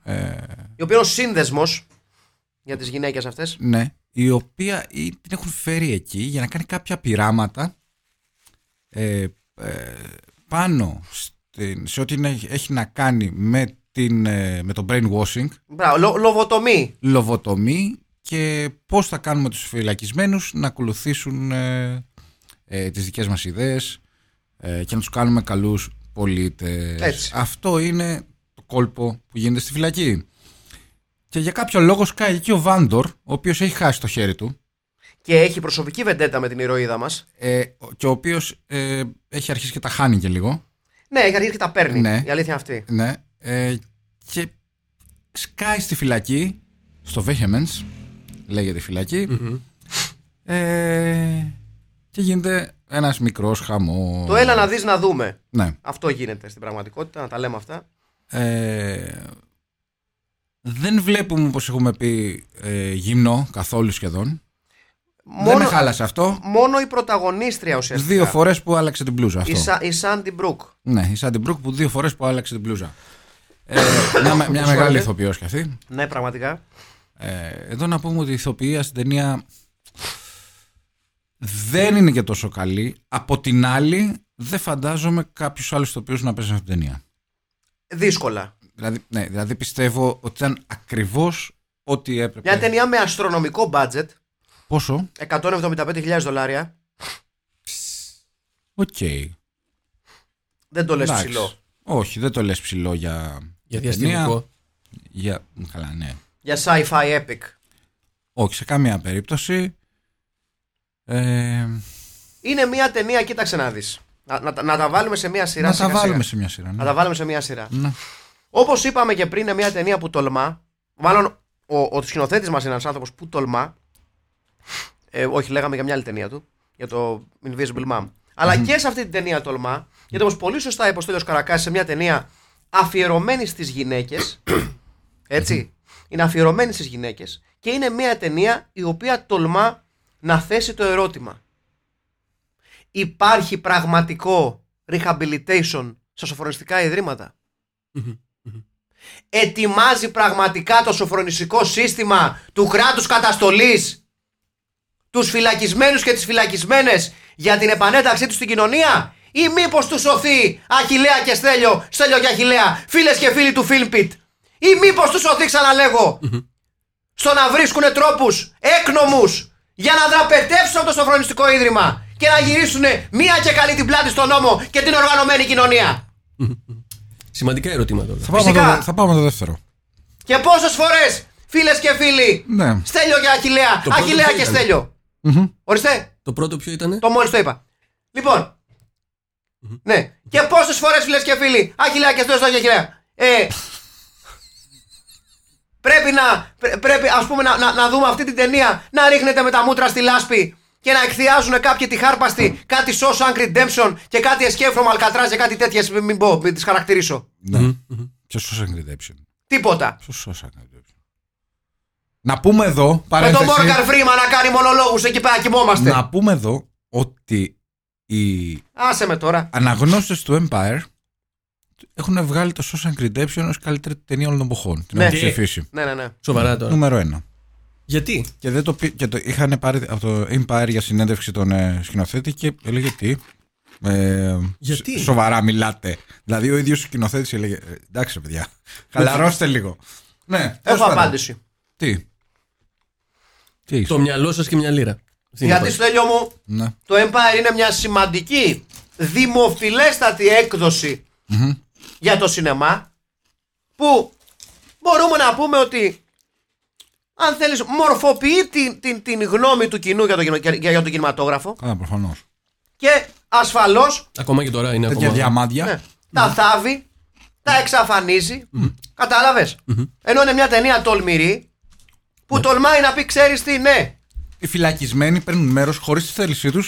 ε, Η οποία είναι ο σύνδεσμος για τις γυναίκες αυτές. ναι, η οποία ή- την έχουν φέρει εκεί για να κάνει κάποια πειράματα ε, ε, πάνω στην- σε ό,τι είναι- έχει να κάνει με, την, ε, με το brainwashing, Μπράβο, λο- λοβοτομή. λοβοτομή και πώς θα κάνουμε τους φυλακισμένους να ακολουθήσουν ε, ε, τις δικές μας ιδέες ε, και να τους κάνουμε καλούς πολίτες. Έτσι. Αυτό είναι το κόλπο που γίνεται στη φυλακή. Και για κάποιο λόγο σκάει εκεί ο Βάντορ, ο οποίος έχει χάσει το χέρι του Και έχει προσωπική βεντέτα με την ηρωίδα μας. ε, και ο οποίος ε, έχει αρχίσει και τα χάνει και λίγο. Ναι, έχει αρχίσει και τα παίρνει. Ναι. Η αλήθεια είναι αυτή. Ναι. Ε, και σκάει στη φυλακή, στο Vehemence, λέγεται η φυλακη Ε, και γίνεται ένας μικρός χαμός. Το έλα να δεις να δούμε. Ναι. Αυτό γίνεται στην πραγματικότητα, να τα λέμε αυτά. Ε, δεν βλέπουμε, όπως έχουμε πει, ε, γυμνό καθόλου σχεδόν. Δεν με χάλασε αυτό. μόνο η πρωταγωνίστρια ουσιαστικά. Δύο φορές που άλλαξε την μπλούζα αυτό. Η, Σα, η Σάντι Μπρουκ. Ναι, η Σάντι Μπρουκ που δύο φορές που άλλαξε την μπλούζα. Ε, μια μια μεγάλη ηθοποιός κι αυτή. Ναι, πραγματικά. Ε, εδώ να πούμε ότι η ηθοποιία στην ταινία δεν είναι και τόσο καλή. Από την άλλη, δεν φαντάζομαι κάποιους άλλους ηθοποιούς να παίζουν αυτή την ταινία. Δύσκολα. Δηλαδή, ναι, δηλαδή πιστεύω ότι ήταν ακριβώς ό,τι έπρεπε. Μια ταινία με αστρονομικό budget, Πόσο? 175.000 δολάρια. Οκ. Δεν το λες Εντάξει. ψηλό. Όχι, δεν το λες ψηλό για. Για διαστημικό. Για... Καλά, ναι. Για sci-fi epic. Όχι, σε καμία περίπτωση. Ε, Είναι μια ταινία, κοίταξε να δεις. Να, να, τα- να τα βάλουμε σε μια σειρά. να τα σιγά-σιγά. βάλουμε σε μια σειρά. Να Ναι. τα βάλουμε σε μια σειρά. Ναι. Όπως είπαμε και πριν, είναι μια ταινία που τολμά. Μάλλον ο, ο σκηνοθέτης μας είναι ένας άνθρωπος που τολμά. Ε, όχι, λέγαμε για μια άλλη ταινία του. Για το Invisible Mom. αλλα και σε αυτή την ταινία τολμά. Γιατί όπως πολύ σωστά είπε ο Στέλιος Καρακάς σε μια ταινία αφιερωμένη στις γυναίκες. Έτσι. Είναι αφιερωμένη στις γυναίκες. Και είναι μια ταινία η οποία τολμά να θέσει το ερώτημα. Υπάρχει πραγματικό rehabilitation στα σοφρονιστικά ιδρύματα ετοιμάζει πραγματικά το σοφρονιστικό σύστημα του κράτους καταστολής τους φυλακισμένους και τις φυλακισμένες για την επανένταξή τους στην κοινωνία ή μήπως τους σωθεί Αχιλέα και Στέλιο, Στέλιο και Αχιλέα, φίλες και φίλοι του Φιλμπιτ ή μήπως τους σωθεί ξαναλέγω στο να βρίσκουν τρόπους έκνομους για να δραπετεύσουν το σοφρονιστικό ίδρυμα και να γυρίσουν μία και καλή την πλάτη στον νόμο και την οργανωμένη κοινωνία. Σημαντικά ερωτήματα όλα. Θα, πάμε Φυσικά. το, θα πάμε το δεύτερο. Και πόσες φορές φίλες και φίλοι Ναι. Στέλιο και Αχιλέα. Το πρώτο Αχιλέα ποιο και ήταν? στελιο Ορίστε, Το πρώτο ποιο ήταν. το μόλις το είπα. Λοιπόν. Ναι. Και πόσες φορές φίλες και φίλοι, Αχιλέα και Στέλιο και Αχιλέα. Ε, πρέπει να, πρέ- πρέπει, ας πούμε, να, να, να δούμε αυτή την ταινία να ρίχνεται με τα μούτρα στη λάσπη και να εκθιάζουν κάποιοι τη χάρπαστη κάτι Shawshank Redemption και κάτι Escape from Alcatraz και κάτι τέτοιες, μην, μην πω, μην τις χαρακτηρίσω. Ναι. Ποιο Social Redemption. Τίποτα. Ποιο Social Redemption. Να πούμε εδώ. Με τον παρένθεση, Morgan Freeman να κάνει μονολόγους εκεί πέρα κοιμόμαστε. να πούμε εδώ ότι οι Άσε με τώρα. αναγνώστες του Empire έχουν βγάλει το Social Redemption ως καλύτερη ταινία όλων των εποχών. Την Ναι. έχουν ψηφίσει. Ναι, ναι, ναι. Σοβαρά τώρα. Νούμερο ένα. Γιατί. Και, δεν το, πει- και το είχαν πάρει από το Empire για συνέντευξη τον ε, σκηνοθέτη και έλεγε τι. Ε, Γιατί? σ- Σοβαρά μιλάτε. Δηλαδή ο ίδιος ο σκηνοθέτης έλεγε «Ε, <laughs> εντάξει παιδιά, χαλαρώστε λίγο. Ναι, τέλος Έχω πάντων. απάντηση. Τι. Τι είσαι. Το μυαλό σας και μια λίρα. Αυτή είναι η Γιατί απάντηση. στο τέλειο μου Ναι. το Empire είναι μια σημαντική δημοφιλέστατη έκδοση για το σινεμά που μπορούμε να πούμε ότι αν θέλεις μορφοποιεί την, την, την γνώμη του κοινού για τον, κινο- για, για τον κινηματόγραφο Καλά προφανώς. και ασφαλώς Ακόμα και τώρα είναι Τέτοια ακόμα. διαμάντια. ναι, τα θάβει, τα εξαφανίζει. Κατάλαβες. Ενώ είναι μια ταινία τολμηρή που τολμάει να πει ξέρεις τι ναι. Οι φυλακισμένοι παίρνουν μέρος χωρίς τη θέλησή τους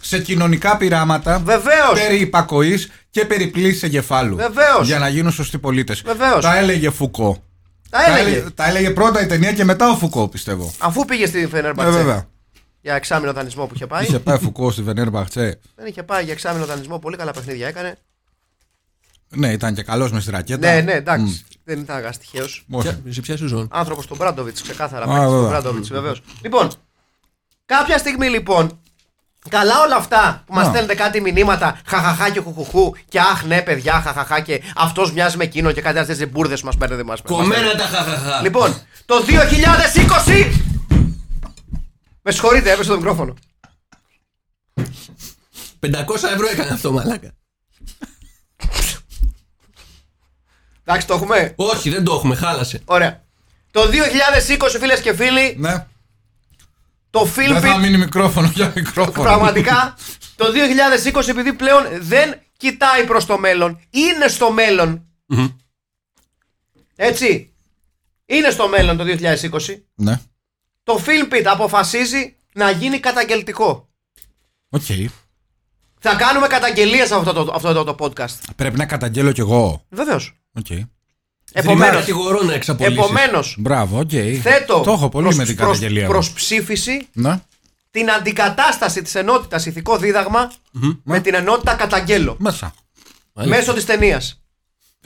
σε κοινωνικά πειράματα Βεβαίως. περί υπακοής και περί πλήση εγκεφάλου. Βεβαίως. Για να γίνουν σωστοί πολίτες. Βεβαίως. Τα έλεγε Φουκώ. Τα έλεγε. τα έλεγε πρώτα η ταινία και μετά ο Φουκώ, πιστεύω. Αφού πήγε στην Ε, Φενέρμπαχτσε βέβαια. για εξάμεινο δανεισμό που είχε πάει. Είχε πάει Φουκώ στη Βενέρ Μπαχτσέ. Δεν είχε πάει για εξάμεινο δανεισμό, πολύ καλά παιχνίδια έκανε. Ναι, ήταν και καλός μες στη ρακέτα. Ναι, ναι, εντάξει. Δεν ήταν ένα τυχαίο. Όχι. Ποια- Σε ποια σεζόν. Άνθρωπος του Μπράντοβιτ, ξεκάθαρα. Α, μάχης του βέβαια. Μπράντοβιτ, βεβαίως. Λοιπόν, κάποια στιγμή λοιπόν, καλά όλα αυτά που μας Να. στέλνετε κάτι μηνύματα, χαχαχά και χουχουχού, και αχ ναι, παιδιά, χαχαχά και αυτός μοιάζει με εκείνο και κάτι αυτέ τι μπουρδε που μας παίρνετε. Μας, μας Κομμένα τα χαχαχά. παίρνετε. Λοιπόν, το 2020. Με συγχωρείτε, έπεσε το μικρόφωνο. 500 ευρώ έκανε αυτό, μαλάκα. Εντάξει, το έχουμε. Όχι, δεν το έχουμε, χάλασε. Ωραία. Το 2020, φίλες και φίλοι, Ναι. το Δεν θα Filmpit μείνει μικρόφωνο για μικρόφωνο. πραγματικά το 2020 επειδή πλέον δεν κοιτάει προς το μέλλον, είναι στο μέλλον. Έτσι. Είναι στο μέλλον το 2020. Ναι. Το Filmpit αποφασίζει να γίνει καταγγελτικό. Οκ. Θα κάνουμε καταγγελίες σε αυτό το, αυτό εδώ το podcast. Πρέπει να καταγγέλω κι εγώ. Βεβαίως. Οκ. Επομένω. Επομένω. κατηγορώ να εξαπολύσεις. Επομένως, Μπράβο, οκ. θέτω Το έχω πολύ προς- με την προς- καταγγελία. προς μου. ψήφιση Ναι. την αντικατάσταση της ενότητας ηθικό δίδαγμα με την ενότητα καταγγέλω. Μέσα. Μέσω της ταινίας.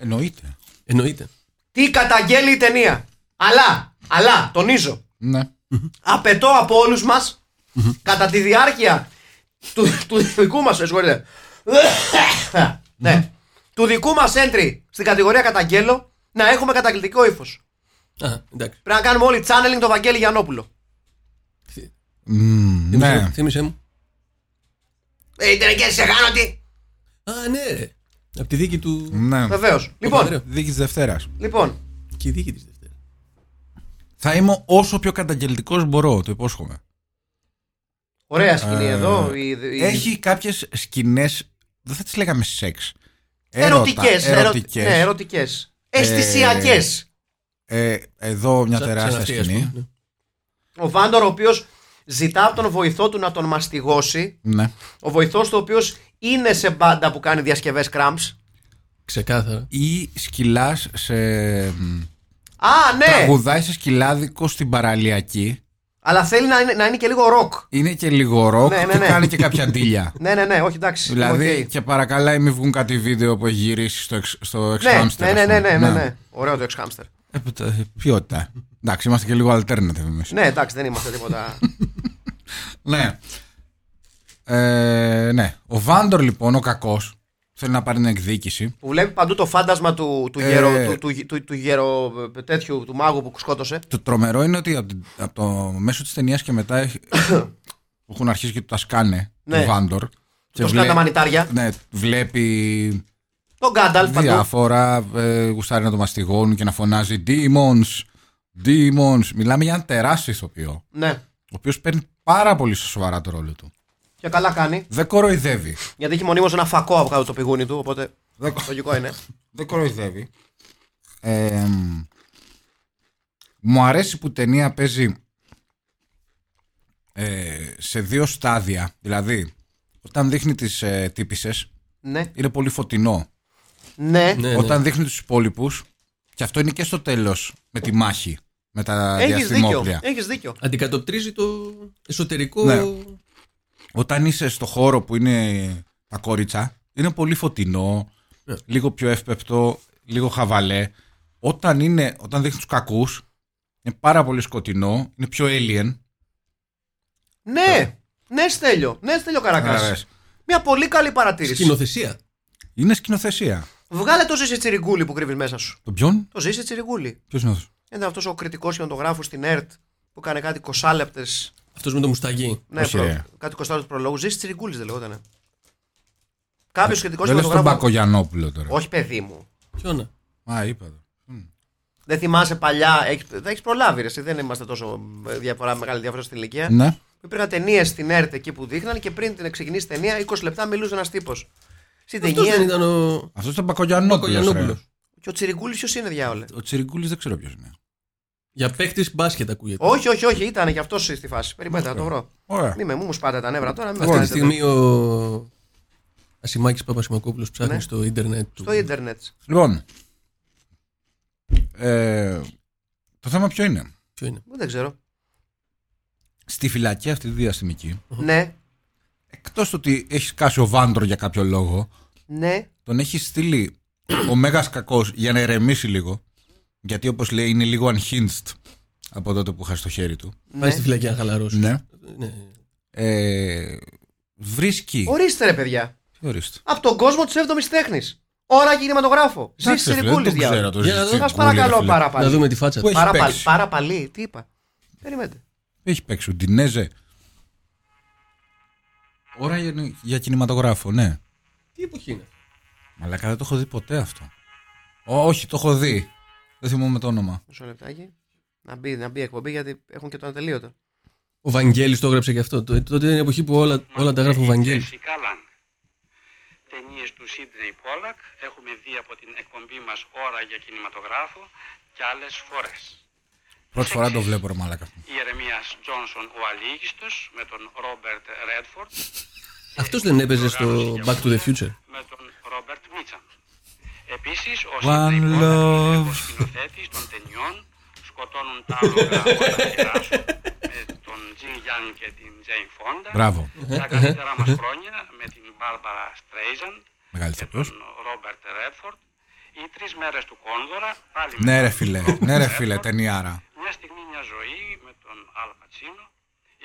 Εννοείται. Εννοείται. Τι καταγγέλει η ταινία. Αλλά, αλλά, τονίζω, Ναι. απαιτώ από όλους μας κατά τη διάρκεια του, του δικού μας, ε, συγχωρείτε, ναι, του δικού μας entry στην κατηγορία καταγγέλω να έχουμε καταγγελτικό ύφος. Α, εντάξει. Πρέπει να κάνουμε όλοι channeling το Βαγγέλη Γιαννόπουλο. Θύμισε- Ναι. Θύμισε μου. Ε, οι τενεκές σε κάνω τι. Α, ναι, ρε. Από τη δίκη του. Ναι. Βεβαίως. Λοιπόν, Παπανδρέου. Δίκη τη Δευτέρας. λοιπόν, Και η δίκη της Δευτέρας. Θα είμαι όσο πιο καταγγελτικός μπορώ, το υπόσχομαι. Ωραία σκηνή Ε, εδώ. Η, η- Έχει κάποιες σκηνές. Δεν θα τις λέγαμε σεξ. ερωτικές, Έρωτα, ερωτικές. Ναι, ερωτικές. Αισθησιακές. Ε, εδώ μια τεράστια Ξαναφύγει, ας σκηνή. πούμε. Ναι. Ο Βάντορ ο οποίος ζητά από τον βοηθό του να τον μαστιγώσει. Ναι. Ο βοηθός του οποίος είναι σε μπάντα που κάνει διασκευές κραμπς. Ξεκάθαρα. Ή σκυλάς σε. Ε! μ, Α, ναι! Τραγουδάει σε σκυλάδικο στην παραλιακή. Αλλά θέλει να είναι, να είναι και λίγο ροκ. Είναι και λίγο ροκ Ναι, ναι, και ναι. κάνει και κάποια <laughs> ντύλια. Ναι, ναι, ναι, όχι εντάξει. δηλαδή, οκ. και παρακαλάει μην βγουν κάτι βίντεο που έχει γυρίσει στο, εξ, στο Ναι, εξάμστερ, ναι, ναι, ας ναι, πούμε. ναι, ναι, ναι. Ωραίο το εξχάμστερ. Ε, π- τα- Ποιότητα. Εντάξει, είμαστε και λίγο alternative εμείς. Ναι, εντάξει, δεν είμαστε <laughs> τίποτα. Ναι. Ε, ναι. Ο Βάντορ λοιπόν, ο κακός, θέλει να πάρει την εκδίκηση. που βλέπει παντού το φάντασμα του, του, Ε. γέρο, του, του, του, του γέρο ε, τέτοιου, του μάγου που σκότωσε. Το τρομερό είναι ότι από, την- από το μέσο της ταινίας και μετά <coughs> έχει- που έχουν αρχίσει και του τα σκάνε Ναι. του Βάντορ. Του σκάνε τα μανιτάρια. ναι, βλέπει Τον Γκάνταλφ παντού. διάφορα, ε, γουστάρει να το μαστιγώνουν και να φωνάζει Demons, Demons. Μιλάμε για ένα τεράστιο ηθοποιό, Ναι. ο οποίος παίρνει πάρα πολύ σοβαρά το ρόλο του. Και καλά κάνει. Δεν κοροϊδεύει. Γιατί έχει μονίμως ένα φακό από κάτω το πηγούνι του, οπότε Δεν, λογικό είναι. δεν κοροϊδεύει. Ε, μ, μου αρέσει που η ταινία παίζει ε, σε δύο στάδια. Δηλαδή, όταν δείχνει τις ε, τύπησες, ναι. είναι πολύ φωτεινό. Ναι. Ναι, ναι. Όταν δείχνει τους υπόλοιπους, και αυτό είναι και στο τέλος, με τη μάχη, με τα Έχεις δίκιο. διαστημόπλια. Έχεις δίκιο. Αντικατοπτρίζει το εσωτερικό. Ναι. Όταν είσαι στο χώρο που είναι τα κόριτσα, είναι πολύ φωτεινό, Ναι. λίγο πιο εύπεπτο, λίγο χαβαλέ. Όταν, είναι, όταν δείχνεις τους κακούς, είναι πάρα πολύ σκοτεινό, είναι πιο alien. Ναι. Ναι, Στέλιο. Ναι, Στέλιο Καρακάς. Καταλαβες. Μια πολύ καλή παρατήρηση. Σκηνοθεσία. Είναι σκηνοθεσία. Βγάλε το ζήση τσιριγκούλι που κρύβεις μέσα σου. Τον ποιον, Το ζήση τσιριγκούλι. ποιος είναι αυτός. Ήταν αυτός ο κριτικός κινηματογράφο στην ΕΡΤ που έκανε κάτι κοσάλεπτε. Αυτός με το μουσταγί. Ναι, Όχι, προ- ρε. κάτι κοσάλεπτε προλόγου. Ζήσει Τσιριγκούλη δεν λεγότανε. Κάποιο κριτικό Ε, Δεν λες τον κινηματογράφο. Μπακογιανόπουλο τώρα. Όχι, παιδί μου. Χιώνα. Α, είπα εδώ. Δεν θυμάσαι παλιά. έχεις- Τα έχεις προλάβει, ρε. εσύ, Δεν είμαστε τόσο ε, διαφορά, μεγάλη διαφορά στην ηλικία. Ναι. Υπήρχαν ταινίες στην ΕΡΤ εκεί που δείχναν και πριν την ξεκινήσει η ταινία 20 λεπτά μιλούσε ένας τύπος. Στην Αυτός ταινία. δεν ήταν ο Αυτός ήταν Μπακογιανόπουλος. ρε. Κογιανόπουλο. Και ο Τσιριγκούλη ποιος είναι, διάολε. Ο Τσιριγκούλης δεν ξέρω ποιος είναι. Για παίκτης μπάσκετ ακούγεται. Όχι, όχι, όχι, ήταν και αυτός στη φάση. Περιμένετε να το βρω. Ωραία. Μη με μου, μου σπάτε τα νεύρα τώρα. Μην με Αυτή τη κάνετε στιγμή ο Ασημάκης Παπασημακόπουλος ψάχνει Ναι. στο ίντερνετ του. Στο ίντερνετ. Λοιπόν, ε, το θέμα ποιο είναι. Ποιο είναι. Δεν ξέρω. Στη φυλακή αυτή τη διαστημική, Ναι, Εκτός ότι έχεις κάσει ο Βάντρο για κάποιο λόγο, ναι. τον έχεις στείλει ο Μέγας Κακός για να ηρεμήσει λίγο. Γιατί όπως λέει είναι λίγο unhinged από τότε που είχα στο χέρι του. Πάει ναι. στη φυλακή να χαλαρώσει. Ναι. Ναι. Ε, βρίσκει. Ορίστε ρε παιδιά. Ορίστε. Από τον κόσμο της 7η τέχνης. Ώρα κινηματογράφο. Εντάξει, Ζήσει ρε φίλε, Ρικούλη Δεν το ξέρω διάλογο. το Για να Ζήση δω. Σα Τσιρικούλη, ρε παρακαλώ φίλε. πάρα Να πολύ. δούμε τη φάτσα Πού του. έχει παίξει. Πάρα πολύ, τι είπα. Περιμένετε. Έχει παίξει ο Ντινέζε. Ώρα για, για κινηματογράφο, ναι. Τι εποχή είναι. Μαλάκα δεν το έχω δει ποτέ αυτό. Ω, όχι, το έχω δει. Δεν θυμόμαι το όνομα. Μισό λεπτάκι. Να μπει, να μπει η εκπομπή γιατί έχουν και το ατελείωτο. Ο Βαγγέλης το έγραψε και αυτό. Το- Τότε ήταν η εποχή που όλα, όλα τα γράφει ο Βαγγέλης. Εσύ καλάν. Τε ταινίες του Σίντνεϊ Πόλακ έχουμε δει από την εκπομπή μας ώρα για κινηματογράφο και άλλες φορές. Πρώτη φορά το βλέπω, ρε Μαλάκα. Η Ερεμίας Τζόνσον ο Αλίγιστος με τον Ρόμπερτ Ρέντφορντ Αυτός δεν έπαιζε στο Back to the Future. με τον Ρόμπερτ Μίτσαμ. Επίσης, ο One Σίντρι Πόλακ είναι love. ο σκηνοθέτης των ταινιών «Σκοτώνουν τα άλογα όταν γυράσουν» με τον Τζιν Γιάνν και την Τζέιν Φόντα. Μπράβο. Τα καλύτερα μας χρόνια με την Μπάρμπαρα Στρέιζαν Μεγάλη και ηθοποιός. τον Ρόμπερτ Ρέδφορντ. Οι τρεις μέρες του Κόνδωρα πάλι με Ναι, τον ρε φίλε, Ρόμπερτ ναι, ρε Ρέδφορντ. φίλε, ταινιάρα. Μια στιγμή μια ζωή με τον Αλ Πατσίνο,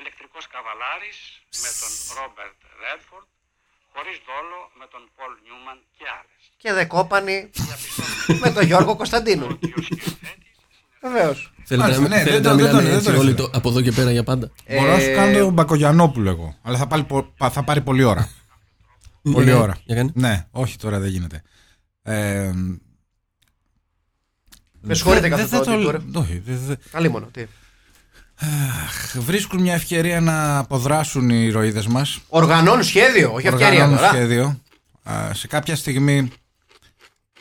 ηλεκτρικός καβαλάρης με τον Ρόμπερτ Ρέντφορντ, χωρίς δόλο με τον Πολ Νιούμαν και άλλες. Και δε κόπανη με τον Γιώργο Κωνσταντίνου. Και ο σκηνοθέτης Βεβαίως. Θέλετε Μάλιστα, να, ναι, θέλετε δεν να το- δεν το- μιλάμε δεν το έτσι όλοι ήθελα. το, από εδώ και πέρα για πάντα. Μπορώ να σου Ε, κάνω τον Μπακογιανόπουλο εγώ. Αλλά θα, πάλι, πο- πα- θα πάρει πολλή ώρα. πολλή Για- ώρα. Για κάνε. Ναι, όχι τώρα δεν γίνεται. Ε, Με συγχωρείτε καθ' δεν αυτό, θα το- Τίτορε. όχι, δεν- δεν- Καλή μόνο. Τι. Βρίσκουν μια ευκαιρία να αποδράσουν οι ηρωίδες μας Οργανώνουν σχέδιο, όχι ευκαιρία Οργανώνουν τώρα. σχέδιο. Α, σε κάποια στιγμή,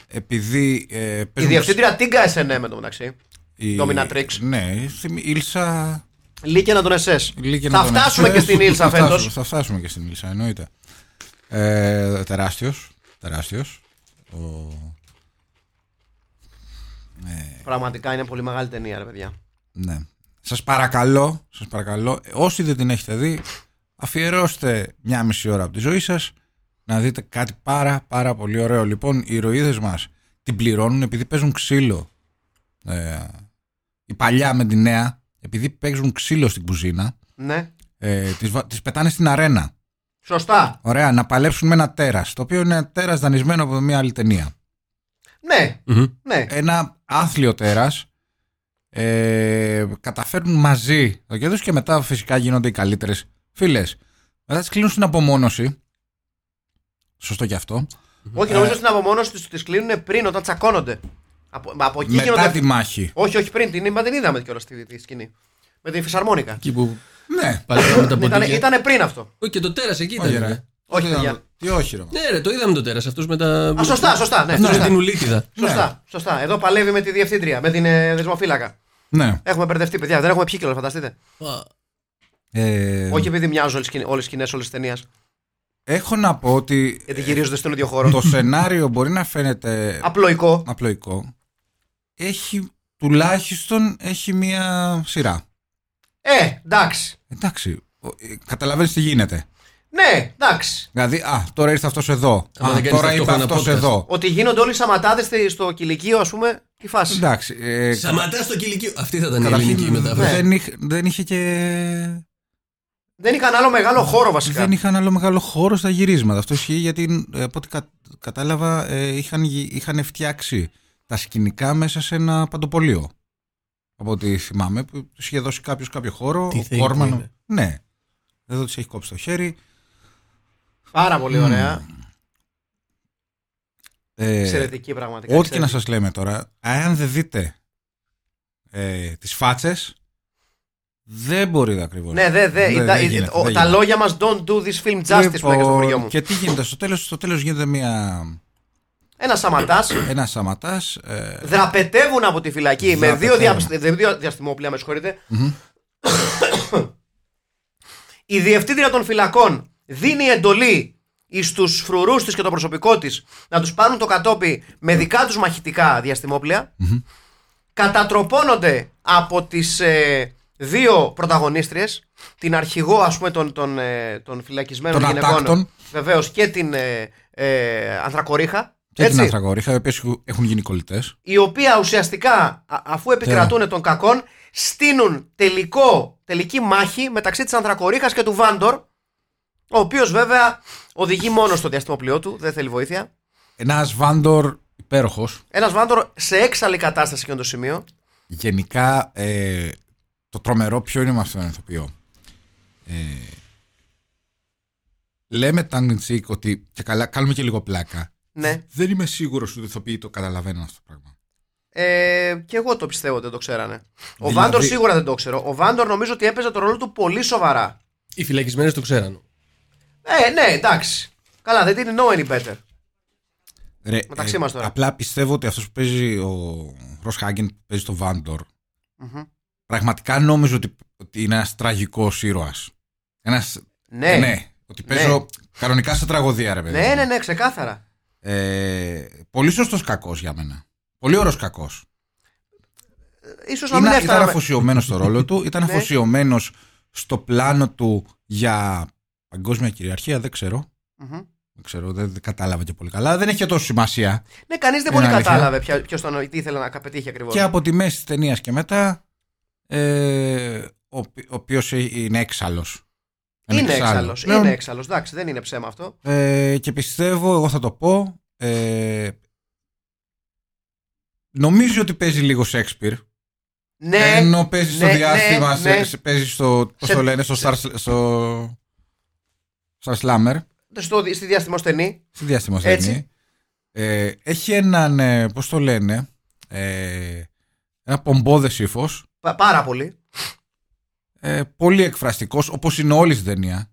επειδή. Ε, Η παίζουν- διευθύντρια Τίγκα SNM με το μεταξύ. η- Dominatrix. Ναι, η θυμ- η Ήλσα. Λίκε να τον SS. η Λίκη Θα να τον φτάσουμε αφαιρέσω. και στην Ήλσα <laughs> Θα φτάσουμε- φέτος. Θα φτάσουμε και στην Ήλσα, εννοείται. Ε, τεράστιος. Τεράστιος. Ο- Πραγματικά είναι πολύ μεγάλη ταινία, ρε παιδιά. Ναι. Σας παρακαλώ, σας παρακαλώ, ε, όσοι δεν την έχετε δει, αφιερώστε μια μισή ώρα από τη ζωή σας να δείτε κάτι πάρα πάρα πολύ ωραίο. Λοιπόν, οι ηρωίδες μας την πληρώνουν επειδή παίζουν ξύλο. Ε, η παλιά με τη νέα, επειδή παίζουν ξύλο στην κουζίνα, Ναι. ε, τις, βα- τις πετάνε στην αρένα. Σωστά. Ωραία, να παλέψουν με ένα τέρας, το οποίο είναι ένα τέρας δανεισμένο από μια άλλη ταινία Ναι, Μμμ. ναι. ένα άθλιο τέρας ε, καταφέρνουν μαζί το κέρδος και μετά φυσικά γίνονται οι καλύτερες φίλες. Μετά τις κλείνουν στην απομόνωση. Σωστό και αυτό. Όχι, ε, νομίζω στην απομόνωση τους τις κλείνουν πριν όταν τσακώνονται. Από, μα από εκεί Μετά γίνονται. τη μάχη. Όχι, όχι πριν. Την, μα την είδαμε κιόλα τη, τη σκηνή. Με τη φυσαρμόνικα. Εκεί που Ναι. παλεύαμε τα Ήταν, ποντίκια. ήτανε πριν αυτό. Όχι, και το τέρας εκεί Όχι, ήταν. ρε. ρε. Όχι, Τι παιδιά. άλλο. Τι όχι, ρε. Ναι, ρε, το είδαμε το τέρας. Αυτούς με τα. Α, σωστά, σωστά. Ναι, Αυτούς με σωστά. την ουλίτιδα. Σωστά, σωστά. Εδώ παλεύει με τη διευθύντρια, με την ε, δεσμοφύλακα. Ναι. Έχουμε μπερδευτεί, παιδιά. Δεν έχουμε πιει κιόλας, φανταστείτε. Α, Ναι. Ε, Όχι επειδή μοιάζουν όλες σκηνές, όλες σκηνές όλη τη ταινία. Έχω να πω ότι Γιατί γυρίζονται στον ίδιο χώρο. το σενάριο μπορεί να φαίνεται Απλοϊκό. απλοϊκό. Έχει τουλάχιστον έχει μία σειρά. Ε, εντάξει. Εντάξει. Καταλαβαίνεις τι γίνεται. Ναι, εντάξει. Δηλαδή, α, τώρα ήρθε αυτός εδώ. Άμα Α, δεν κάνεις τώρα είπε ταυτόχρονα αυτός podcast. εδώ. Ότι γίνονται όλοι σαματάδε στο κηλικείο, ας πούμε, τη φάση. Εντάξει. Ε, Σταματάς στο κηλικείο. Αυτή θα ήταν η καταρχήν ελληνική Ναι. μετάφραση. Ναι. δεν, είχε, δεν είχε και. Δεν είχαν άλλο μεγάλο χώρο βασικά. Δεν είχαν άλλο μεγάλο χώρο στα γυρίσματα. Αυτό ισχύει γιατί ε, από ό,τι κα- κατάλαβα ε, είχαν, γι- είχαν φτιάξει τα σκηνικά μέσα σε ένα παντοπολείο. Από ό,τι θυμάμαι, που του είχε δώσει κάποιος κάποιο χώρο. Τι ο θεϊκό Κόρμαν. είναι. Ναι. Εδώ της έχει κόψει το χέρι. Πάρα πολύ ωραία. Ε, Εξαιρετική πραγματικά. Ό,τι και να εξαιρετική. σας λέμε τώρα, αν δεν δείτε ε, τις φάτσες, δεν μπορείτε ακριβώς. Ναι, δε, δε, Δεν- τα, δεν η- γίνεται, ο- δεν τα γίνεται. λόγια μας don't do this film justice που Λοιπόν, έκανε στο χωριό μου. Και τι γίνεται, στο τέλος, στο τέλος γίνεται μια, Ένα σαματάς. ένα σαματάς, ε, δραπετεύουν από τη φυλακή με δύο, Δραπετεύουν. διαπ... δύο διαστημόπλια, με συγχωρείτε. Η διευθύντρια των φυλακών δίνει εντολή στου φρουρούς της και το προσωπικό της να τους πάρουν το κατόπι με δικά τους μαχητικά διαστημόπλια. Κατατροπώνονται από τις δύο πρωταγωνίστριες την αρχηγό ας πούμε των, των, ε, των φυλακισμένων Των γυναικών ατάκτων. βεβαίως και την ε, ε, Ανθρακορίχα και την έτσι? Ανθρακορίχα, οι οποίες έχουν γίνει κολλητές. η οποία ουσιαστικά α- αφού επικρατούν των κακών στείνουν τελικό, τελική μάχη μεταξύ της Ανθρακορίχας και του Βάντορ ο οποίος βέβαια οδηγεί μόνο στο διαστημόπλοιό του, δεν θέλει βοήθεια. Ένας Βάντορ υπέροχος, Ένας Βάντορ σε έξαλλη κατάσταση και το σημείο. γενικά ε, το τρομερό ποιο είναι με αυτόν τον ηθοποιό. Ε, λέμε tongue in cheek ότι και καλά, κάνουμε και λίγο πλάκα. Ναι. Δεν είμαι σίγουρος ότι οι ηθοποιοί το καταλαβαίνουν αυτό το πράγμα. Ε, και εγώ το πιστεύω ότι δεν το ξέρανε. Ο Δηλαδή- Βάντορ σίγουρα δεν το ξέρω. Ο Βάντορ νομίζω ότι έπαιζε το ρόλο του πολύ σοβαρά. Οι φυλακισμένες το ξέραν. Ε, ναι, εντάξει. Καλά, δεν didn't know any better. Ρε, ε, Μεταξύ μας τώρα. Απλά πιστεύω ότι αυτός που παίζει ο Ρος Χάγκεν που παίζει το Βάντορ. Πραγματικά νόμιζα ότι, ότι είναι ένας τραγικός ήρωας. Ένας. Ναι. Ότι παίζω κανονικά σε τραγωδία, ρε παιδί. Ναι, μου. ναι, ναι, ξεκάθαρα. Ε, πολύ σωστός κακός για μένα. Πολύ ωραίος κακός. Ίσως να μην Ήταν, ήταν έφταναμε. αφοσιωμένος στο ρόλο του, ήταν Ναι. αφοσιωμένος στο πλάνο του για παγκόσμια κυριαρχία. Δεν ξέρω. Μμμ. Δεν ξέρω, δεν, δεν κατάλαβα και πολύ καλά. Δεν έχει και τόσο σημασία. Ναι, κανείς δεν Είναι πολύ αλήθεια. κατάλαβε ποιος τον τι ήθελε να πετύχει ακριβώς. Και από τη μέση της ταινίας και μετά, ε, ο, οποίο είναι έξαλλος. Είναι έξαλλο. Είναι έξαλλος. Εντάξει, δεν είναι ψέμα αυτό. Ε, και πιστεύω, εγώ θα το πω. Ε, νομίζω ότι παίζει λίγο Σέξπιρ. Ναι, ενώ παίζει ναι, στο διάστημα, ναι, σε- ναι. σε- παίζει στο. Πώς Σε- το λένε, στο Star, στο Star Slammer. στο, στη διάστημα στενή. Στο διάστημα Έτσι. στέλνει. Ε, έχει έναν. Ε, Πώς το λένε. Ε, ένα πομπόδες ύφος. πα- Πάρα πολύ. Ε, πολύ εκφραστικός, όπως είναι όλη στην ταινία.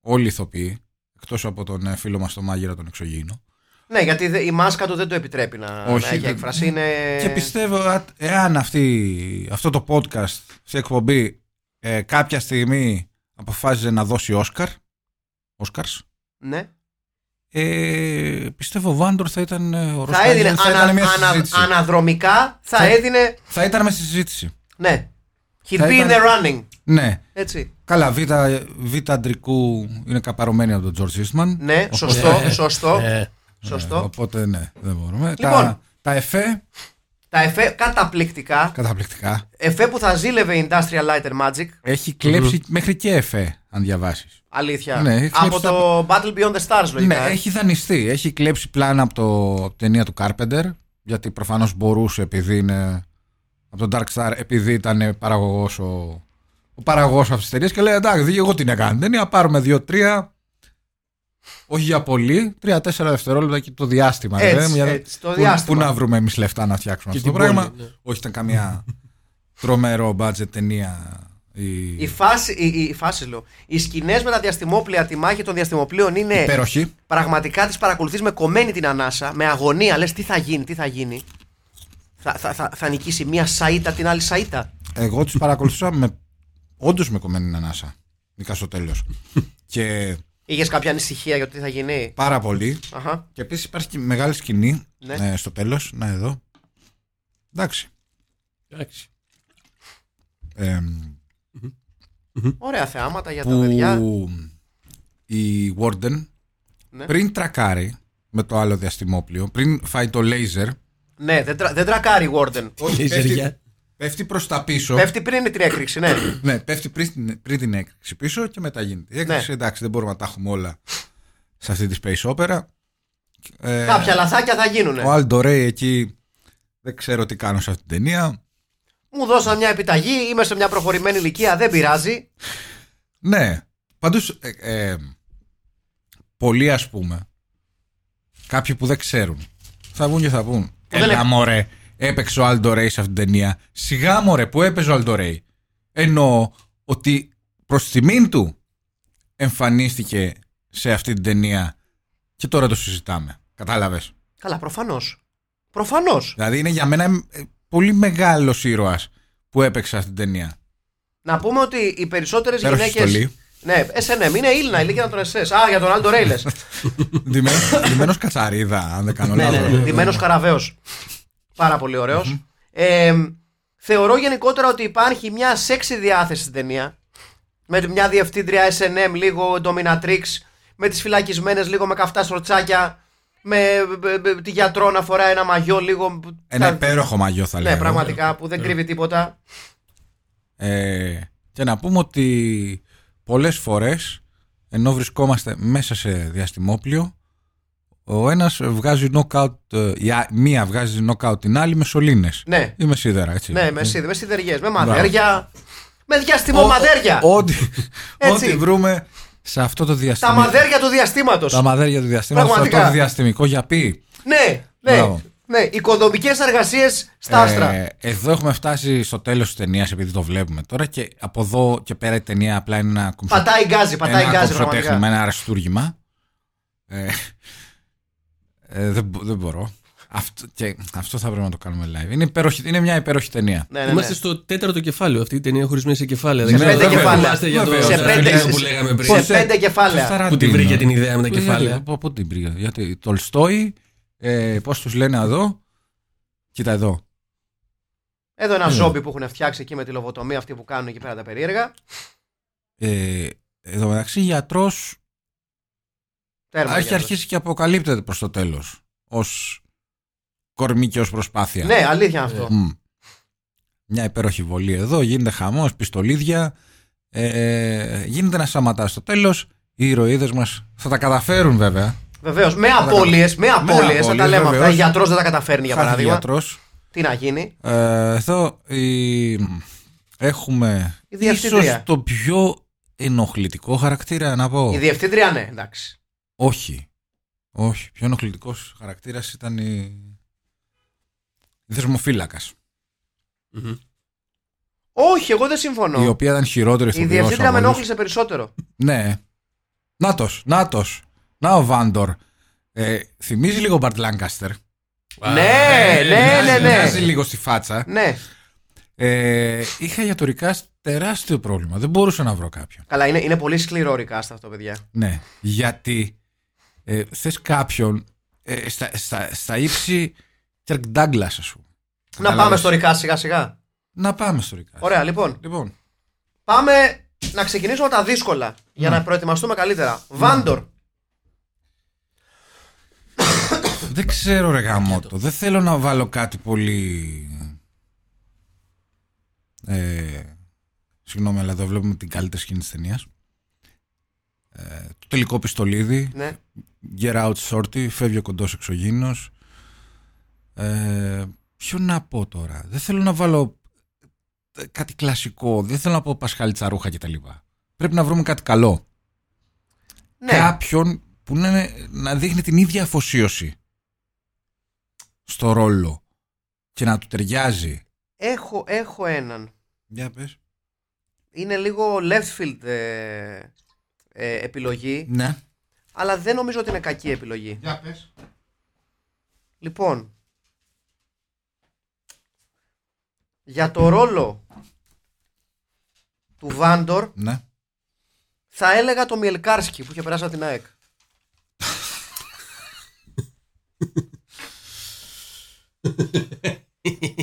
Όλοι οι ηθοποιοί. Εκτός από τον ε, φίλο μας τον Μάγειρα, τον Εξωγήινο. Ναι, γιατί δε- η μάσκα του δεν το επιτρέπει να, Όχι, να έχει δεν- έκφραση. Είναι... Και πιστεύω α- εάν αυτή, αυτό το podcast σε εκπομπή ε, κάποια στιγμή αποφάσιζε να δώσει Όσκαρ, Όσκαρς, Ναι. ε, πιστεύω ο Βάντορ θα ήταν ε, ο Ρος Θα έδινε Χάιντεν, θα ανα- ήταν μια ανα- συζήτηση. αναδρομικά, θα Θα- έδινε. Θα ήταν με συζήτηση. Ναι. He'd Θα be in ήταν- the running. Ναι. Έτσι. Καλά, β, β αντρικού είναι καπαρωμένη από τον Τζορτ Ίστμαν. Ναι, Οπότε- σωστό, σωστό. Ε, Ε, σωστό. οπότε ναι, δεν μπορούμε. Λοιπόν. τα, τα εφέ, Τα εφέ καταπληκτικά. καταπληκτικά. Εφέ που θα ζήλευε η Industrial Light and Magic. Έχει κλέψει μέχρι και εφέ, αν διαβάσεις. Αλήθεια. Ναι, έχει από κλέψει το Battle Beyond the Stars, Ναι, λογικά. ε. έχει δανειστεί. Έχει κλέψει πλάνα από, το, από την ταινία του Κάρπεντερ. Γιατί προφανώς μπορούσε επειδή είναι. από τον Dark Star, επειδή ήταν παραγωγός ο, ο παραγωγός αυτής της ταινίας και λέει: Εντάξει, εγώ την έκανα την ταινία. Πάρουμε δύο-τρία. Όχι για πολύ. Τρία-τέσσερα δευτερόλεπτα και το διάστημα. ρε, Έτσι, μια- έτσι, το που- διάστημα. Πού να βρούμε εμείς λεφτά να φτιάξουμε Και αυτό το την πόλη, πράγμα. ναι. Όχι, ήταν καμία τρομερό budget ταινία. Η... Η φάση, η, η, η φάση λέω. Οι σκηνές με τα διαστημόπλια, τη μάχη των διαστημοπλίων είναι. Υπέροχη. Πραγματικά τις παρακολουθείς με κομμένη την ανάσα, με αγωνία. Λες τι θα γίνει, τι θα γίνει. Θα, θα, θα, θα νικήσει μία σαΐτα την άλλη σαΐτα. Εγώ τους παρακολουθούσα με. Όντως με κομμένη ανάσα. Δικά στο τέλος. <laughs> και Είχες κάποια ανησυχία για το τι θα γίνει. πάρα πολύ. Αχα. Και επίσης υπάρχει και μεγάλη σκηνή Ναι. ε, στο τέλος. Να εδώ. Εντάξει. εντάξει. Ε, Ωραία θεάματα για τα παιδιά. που η Warden Ναι. πριν τρακάρει με το άλλο διαστημόπλιο, πριν φάει το λέιζερ, Ναι, δεν, τρα, δεν τρακάρει η Warden. <laughs> όχι, πέφτει, ζεριά. πέφτει προς τα πίσω. Πέφτει πριν την έκρηξη, ναι. Ναι, πέφτει πριν, την- πριν την έκρηξη πίσω και μετά γίνεται. Η έκρηξη Ναι. εντάξει, δεν μπορούμε να τα έχουμε όλα σε αυτή τη space opera. Ε, Κάποια λαθάκια θα Ο γίνουνε. Άλντο Ρέι εκεί δεν ξέρω τι κάνω σε αυτή την ταινία. Μου δώσαν μια επιταγή, είμαι σε μια προχωρημένη ηλικία, δεν πειράζει. Ναι, πάντως ε, ε, πολλοί ας πούμε, κάποιοι που δεν ξέρουν, θα βγουν και θα πούν δεν Έλα έκ- μωρέ, έπαιξε ο Άλντο Ρέι σε αυτήν την ταινία. Σιγά μωρέ που έπαιζε ο Άλντο Ρέι. Εννοώ ότι προς τιμήν του εμφανίστηκε σε αυτή την ταινία και τώρα το συζητάμε. Κατάλαβες. Καλά, προφανώς. Προφανώς. Δηλαδή είναι για μένα ε, πολύ μεγάλος ήρωας που έπαιξε σε αυτήν την ταινία. Να πούμε ότι οι περισσότερες Υπέροχη γυναίκες. στολή. Ναι, SNM είναι Ήλνα, ηλικία των SS. Α, για τον Άλντο Ρέιλε. <laughs> Ντυμένος- Ντυμένος κατσαρίδα, αν δεν κάνω ναι, ναι, λάθος. Ντυμένος καραβαίο. Πάρα πολύ ωραίος. θεωρώ γενικότερα ότι υπάρχει μια σεξι διάθεση στην ταινία. Με μια διευθύντρια SNM, λίγο dominatrix, με τις φυλακισμένες, λίγο με καυτά σορτσάκια. Με, με- με- τη γιατρό να φοράει ένα μαγιό λίγο. Ένα τα- υπέροχο μαγιό θα λέω. Ναι, πραγματικά που δεν κρύβει τίποτα. Ε, και να πούμε ότι πολλές φορές, ενώ βρισκόμαστε μέσα σε διαστημόπλιο, ο ένας βγάζει knockout, ε, η α- μία βγάζει knockout την άλλη με σωλήνες. Ναι. Ή με σίδερα, έτσι. Ναι, με, Ε, σίδε, με σιδεριές, με μαδέρια. Με διαστημό ο- μαδέρια. ο- Ό,τι Έτσι. ό,τι βρούμε σε αυτό το Τα διαστημικό. μαδέρια του διαστήματος. Τα μαδέρια του διαστήματος, αυτό Πραγματικά. το διαστημικό για πει. Ναι, ναι. Μπράβο. ναι. Οικοδομικές εργασίες στα άστρα. Ε, εδώ έχουμε φτάσει στο τέλος της ταινίας επειδή το βλέπουμε τώρα και από εδώ και πέρα η ταινία απλά είναι ένα κομψο- Πατάει γκάζι, πατάει ένα γκάζι κομψοτέχνημα, πραγματικά. ένα αριστούργημα. Ε, ε, δεν, μπο- δεν μπορώ. Αυτό, και αυτό θα πρέπει να το κάνουμε live. Είναι, υπέροχη, είναι μια υπέροχη ταινία. Ναι, ναι, ναι. Είμαστε στο τέταρτο κεφάλαιο. Αυτή η ταινία χωρισμένη σε κεφάλαια. Σε πέντε αν κεφάλαια. θυμάστε για το Βέβαια. Σε Σαραντίνο πέντε- που λέγαμε πριν. σε πέντε κεφάλαια. Που τη βρήκε την ιδέα με τα κεφάλαια. Από ε? πού την βρήκε. Γιατί Τολστόι, ε, πώς τους λένε εδώ. Κοίτα εδώ. Εδώ Ναι. ένα ζόμπι που έχουν φτιάξει εκεί με τη λοβοτομία αυτή που κάνουν εκεί πέρα τα περίεργα. Ε, εδώ μεταξύ γιατρός Τέρμα. έχει για να- αρχίσει και αποκαλύπτεται προς το τέλος. Ως κορμί και ως προσπάθεια. Ναι, αλήθεια είναι αυτό. Μμ. Μια υπέροχη βολή εδώ, γίνεται χαμός, πιστολίδια. Ε, γίνεται να σταματά στο τέλος. Οι ηρωίδες μας θα τα καταφέρουν βέβαια. Βεβαίως. Με απώλειες, με απώλειες. Θα τα απώλειες, λέμε αυτά. βεβαίως. Γιατρός δεν τα καταφέρνει για Χάθηκε παράδειγμα. γιατρός. Τι να γίνει. Ε, εδώ η... έχουμε Η διευθύντρια. ίσως το πιο ενοχλητικό χαρακτήρα να πω. Η διευθύντρια, ναι, εντάξει. Όχι. Όχι. Πιο ενοχλητικός χαρακτήρας ήταν η. η δεσμοφύλακα. Μμμ. Όχι, εγώ δεν συμφωνώ. Η οποία ήταν χειρότερη Η ηθοποιός από διευθύντρια με όλους. ενόχλησε περισσότερο. Ναι. Νάτος, Νάτος. Να ο Βάντορ. Ε, θυμίζει λίγο Μπαρτ Λάγκαστερ. Ναι, Ε, ναι, ναι, Μοιάζει ναι. λίγο στη φάτσα. Ναι. Ε, είχα για το Ρικάστ τεράστιο πρόβλημα. Δεν μπορούσα να βρω κάποιον. Καλά, είναι, είναι πολύ σκληρό ρικάστα αυτό, παιδιά. Ναι. Γιατί ε, θες κάποιον ε, στα, στα, στα ύψη Τσερκ Ντάγκλας, ας πούμε. Να πάμε στο ρικάστα σιγά-σιγά. Να πάμε στο Ρικάστ. Ωραία, λοιπόν. Λοιπόν, Πάμε να ξεκινήσουμε τα δύσκολα για να προετοιμαστούμε καλύτερα. Βάντορ. δεν ξέρω ρε γαμότο. Δεν θέλω να βάλω κάτι πολύ... Ε, συγγνώμη, αλλά εδώ βλέπουμε την καλύτερη σκηνή της ταινίας. Ε, το τελικό πιστολίδι. Ναι. Get out shorty. Φεύγει ο κοντός εξωγήινος. Ε, ποιο να πω τώρα. Δεν θέλω να βάλω ε, κάτι κλασικό. Δεν θέλω να πω πασχάλι τσαρούχα κτλ. Πρέπει να βρούμε κάτι καλό. Ναι. κάποιον που να, είναι- να δείχνει την ίδια αφοσίωση στο ρόλο και να του ταιριάζει. Έχω, έχω έναν. Για πες. Είναι λίγο left field ε, ε, επιλογή, Ναι. αλλά δεν νομίζω ότι είναι κακή επιλογή. Για πες. Λοιπόν, για το ρόλο του Βάντορ Ναι. θα έλεγα το Μιελκάρσκι που είχε περάσει από την ΑΕΚ.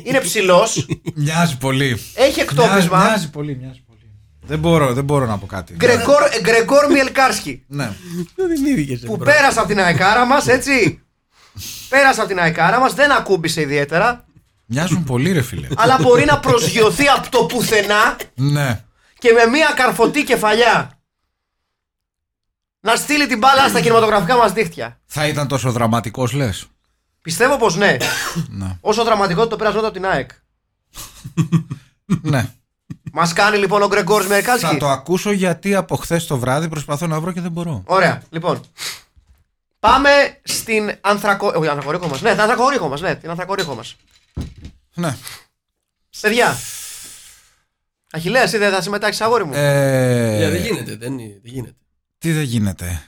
Είναι ψηλός, Μοιάζει πολύ. έχει εκτόπισμα. μοιάζει πολύ, μοιάζει πολύ. Δεν μπορώ, δεν μπορώ να πω κάτι. Γκρεκόρ, Γκρεκόρ Μιελκάρσκι. Ναι. Δεν δημιούργησε. που πέρασε από την αεκάρα μας, έτσι. πέρασε από την αεκάρα μας, δεν ακούμπησε ιδιαίτερα, Μοιάζουν πολύ ρε φίλε. αλλά μπορεί να προσγειωθεί από το πουθενά ναι. και με μία καρφωτή κεφαλιά να στείλει την μπάλα στα κινηματογραφικά μας δίχτυα. Θα ήταν τόσο δραματικός λες. Πιστεύω πως ναι. Ναι. Όσο δραματικό το πέρασε από την ΑΕΚ. ναι. Μας κάνει λοιπόν ο Γκρεγκόρ Θα Μερκάσκι. το ακούσω γιατί από χθες το βράδυ προσπαθώ να βρω και δεν μπορώ. Ωραία, λοιπόν. Πάμε στην ανθρακο... Όχι, ανθρακορύχο μας. Ναι, την ανθρακορύχο μας. Ναι, την ανθρακορύχο μας. Ναι. Παιδιά. Αχιλέα, εσύ δεν θα συμμετάξεις, αγόρι μου. Ε, Δεν γίνεται. Δεν δεν γίνεται. τι δεν γίνεται.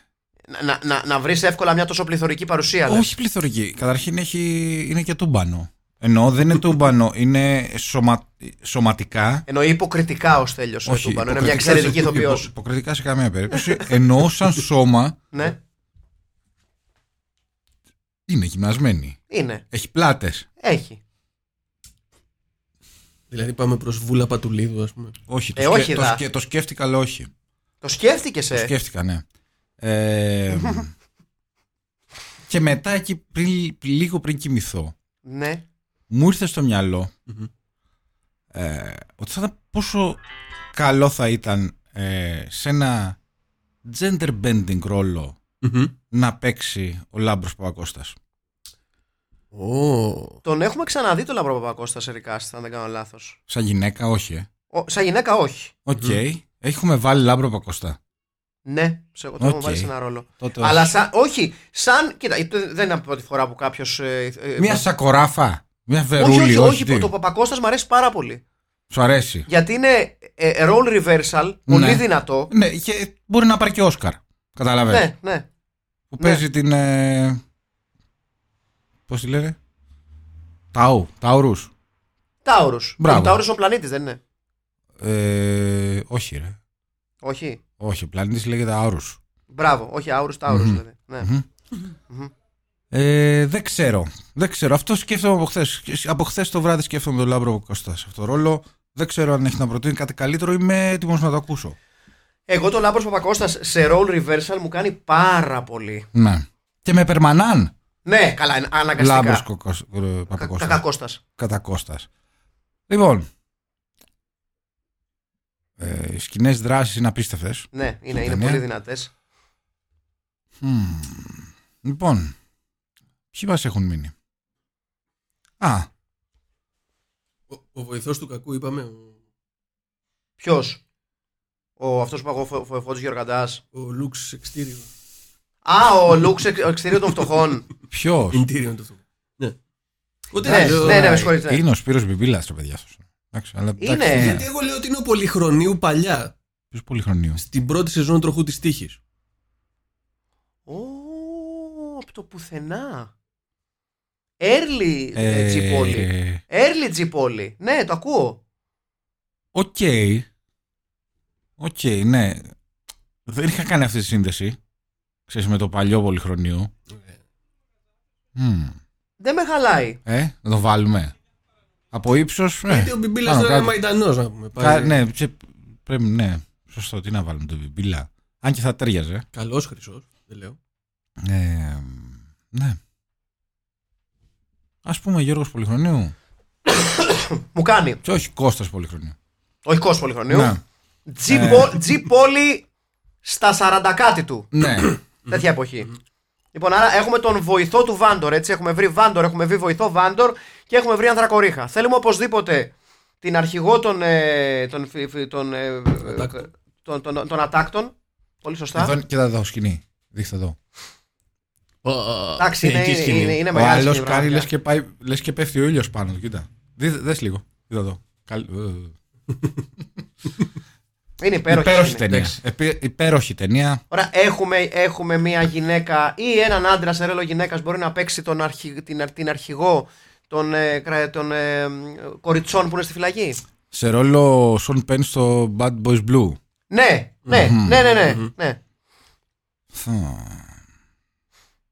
να, να, να, να βρεις εύκολα μια τόσο πληθωρική παρουσία. λες. Όχι πληθωρική. Καταρχήν έχει, είναι και τούμπανο. Ενώ δεν είναι τούμπανο, είναι σωμα, σωματικά. Εννοεί υποκριτικά ως τέλειος ο Όχι, Τούμπανο. Είναι μια υποκριτικά εξαιρετική σε- ηθοποιός. υπο- Υποκριτικά σε καμία περίπτωση. Ενώ σαν σώμα Ναι, είναι γυμνασμένη. είναι. Έχει πλάτες. Έχει. Δηλαδή πάμε προς βούλα πατουλίδου, ας πούμε. Όχι, το, Ε, όχι, το, δα. σκε- το σκέφτηκα, αλλά όχι. Το σκέφτηκες, Το ε. σκέφτηκα, ναι. <laughs> Ε, και μετά εκεί, πριν, λίγο πριν κοιμηθώ, Ναι. μου ήρθε στο μυαλο Μμμ. ε, ότι θα ήταν πόσο καλό θα ήταν ε, σε ένα gender bending ρόλο να παίξει ο Λάμπρος Παπακώστας. Ω. Τον έχουμε ξαναδεί τον Λαμπρό Παπακώστας σε ρικάστα, αν δεν κάνω λάθος. Σαν γυναίκα, όχι. ε. Σαν γυναίκα, όχι. Οκ. Έχουμε βάλει Λάμπρο Παπακώστα. Ναι, σε εγώ το έχουμε Οκ. βάλει σε ένα ρόλο. Τότε Αλλά όχι. σαν. Όχι, σαν. Κοίτα, ε, δεν είναι πρώτη φορά που κάποιος. Μια σακοράφα. Μια όχι, βερούλη. ε, όχι, όχι, τι. το Παπακώστα μου αρέσει πάρα πολύ. Σου αρέσει. Γιατί είναι ε, role reversal, πολύ Ναι. δυνατό. Ναι, και μπορεί να πάρει και Όσκαρ. Καταλαβαίνεις. Ναι, ναι. Που παίζει την. Ε, Πώς τη λένε, Ταού, Ταουρούς. Τάουρο. Μπράβο. Ο Τάουρο ο πλανήτης, δεν είναι. Ε, όχι, ρε. Όχι. Όχι, πλανήτης λέγεται Αουρού. Μπράβο. Όχι, Άουρους, Τάουρο Μμμ. δηλαδή. Ναι. Ε, δεν ξέρω. Δεν ξέρω. Αυτό σκέφτομαι από χθες. Από χθες το βράδυ σκέφτομαι τον Λάμπρο Κωστάς σε αυτό το ρόλο. Δεν ξέρω αν έχει να προτείνει κάτι καλύτερο. Είμαι έτοιμος να το ακούσω. Εγώ τον Λάμπρο Παπακώστας σε role reversal μου κάνει πάρα πολύ. Ναι. Και με περμανάν. Ναι, καλά, είναι αναγκαστικά. Λάμπρος Παπακώστα. Κακακώστα. Κατά Κώστας. Λοιπόν. Ε, οι σκηνές δράσει είναι απίστευτες. Ναι, είναι, είναι Ταινία. πολύ δυνατές. Λοιπόν. Ποιοι μας έχουν μείνει. Α, Ο, ο βοηθός του κακού, είπαμε. Ο, Ποιος. Ο αυτός που εγώ φωτό Γεωργαντά. ο Λουξ εξτήριο. Α, ο Λουξ εξ- εξτήριο των φτωχών. ποιος. Ιντήριο είναι το αυτό. Ναι. <laughs> Ούτε ναι, να λέω- ναι, ναι, με συγχωρείτε. ναι. Είναι ο Σπύρος Μπιμπίλας, το παιδιά σα. Εντάξει, αλλά εντάξει, Είναι. Γιατί εγώ λέω ότι είναι ο πολυχρονίου παλιά. Ποιος πολυχρονίου. Στην πρώτη σεζόν τροχού της τύχης. Ω, από το πουθενά. Early ε, Ε, Τζιπόλη. ε, Early Τζιπόλη. Ναι, το ακούω. Οκ. Οκ, ναι. Δεν είχα κάνει αυτή τη σύνδεση. Ξέρεις, με το παλιό πολυχρονίου. Ε, Μμμ. Δεν με χαλάει. Ε, να το βάλουμε. Από ύψος. Γιατί ο Μπιμπίλας τώρα είναι μαϊντανό, να πούμε. Πάει... Ναι, ψε- πρέπει, ναι. Σωστό, τι να βάλουμε τον Μπιμπίλα. Αν και θα τέριαζε. Καλός χρυσός, δεν λέω. Ε, ναι. Ας πούμε Γιώργος Πολυχρονίου. Μου κάνει. Και όχι Κώστας Πολυχρονίου. Όχι κόσμο πολυχρονίου. Ναι. Τζιπο- Τζιπόλη στα 40 κάτι του. ναι. <clears throat> Τέτοια εποχή. Λοιπόν, άρα έχουμε τον βοηθό του Βάντορ, έτσι. Έχουμε βρει Βάντορ, έχουμε βρει βοηθό Βάντορ και έχουμε βρει Ανθρακορίχα. Θέλουμε οπωσδήποτε την αρχηγό των. Ε, των, φι- φι- των, ε, ε, Ατάκτων. των, των, των ατάκτων. Πολύ σωστά. Εδώ είναι- και τα δω σκηνή. Δείχτε εδώ. Εντάξει, είναι, είναι, είναι, είναι Ο μεγάλη άλλος σκηνή, κάνει Ναι, πραγματικά. λες και, πάει- λες και πέφτει ο ήλιος πάνω του. Κοίτα. Δι- Δες λίγο. Κοίτα εδώ. Καλ... ε, Είναι υπέροχη. υπέροχη σκηνή. ταινία. Εντάξει. Επί- υπέροχη ταινία. Ωραία, έχουμε, έχουμε μια γυναίκα ή έναν άντρα σε ρόλο γυναίκας μπορεί να παίξει τον αρχι, την, αρ- την αρχηγό των, ε, κρα- των ε, μ, κοριτσών που είναι στη φυλακή. Σε ρόλο Σον Πεν στο Bad Boys Blue. Ναι, ναι, ναι, ναι, ναι, ναι. Φα.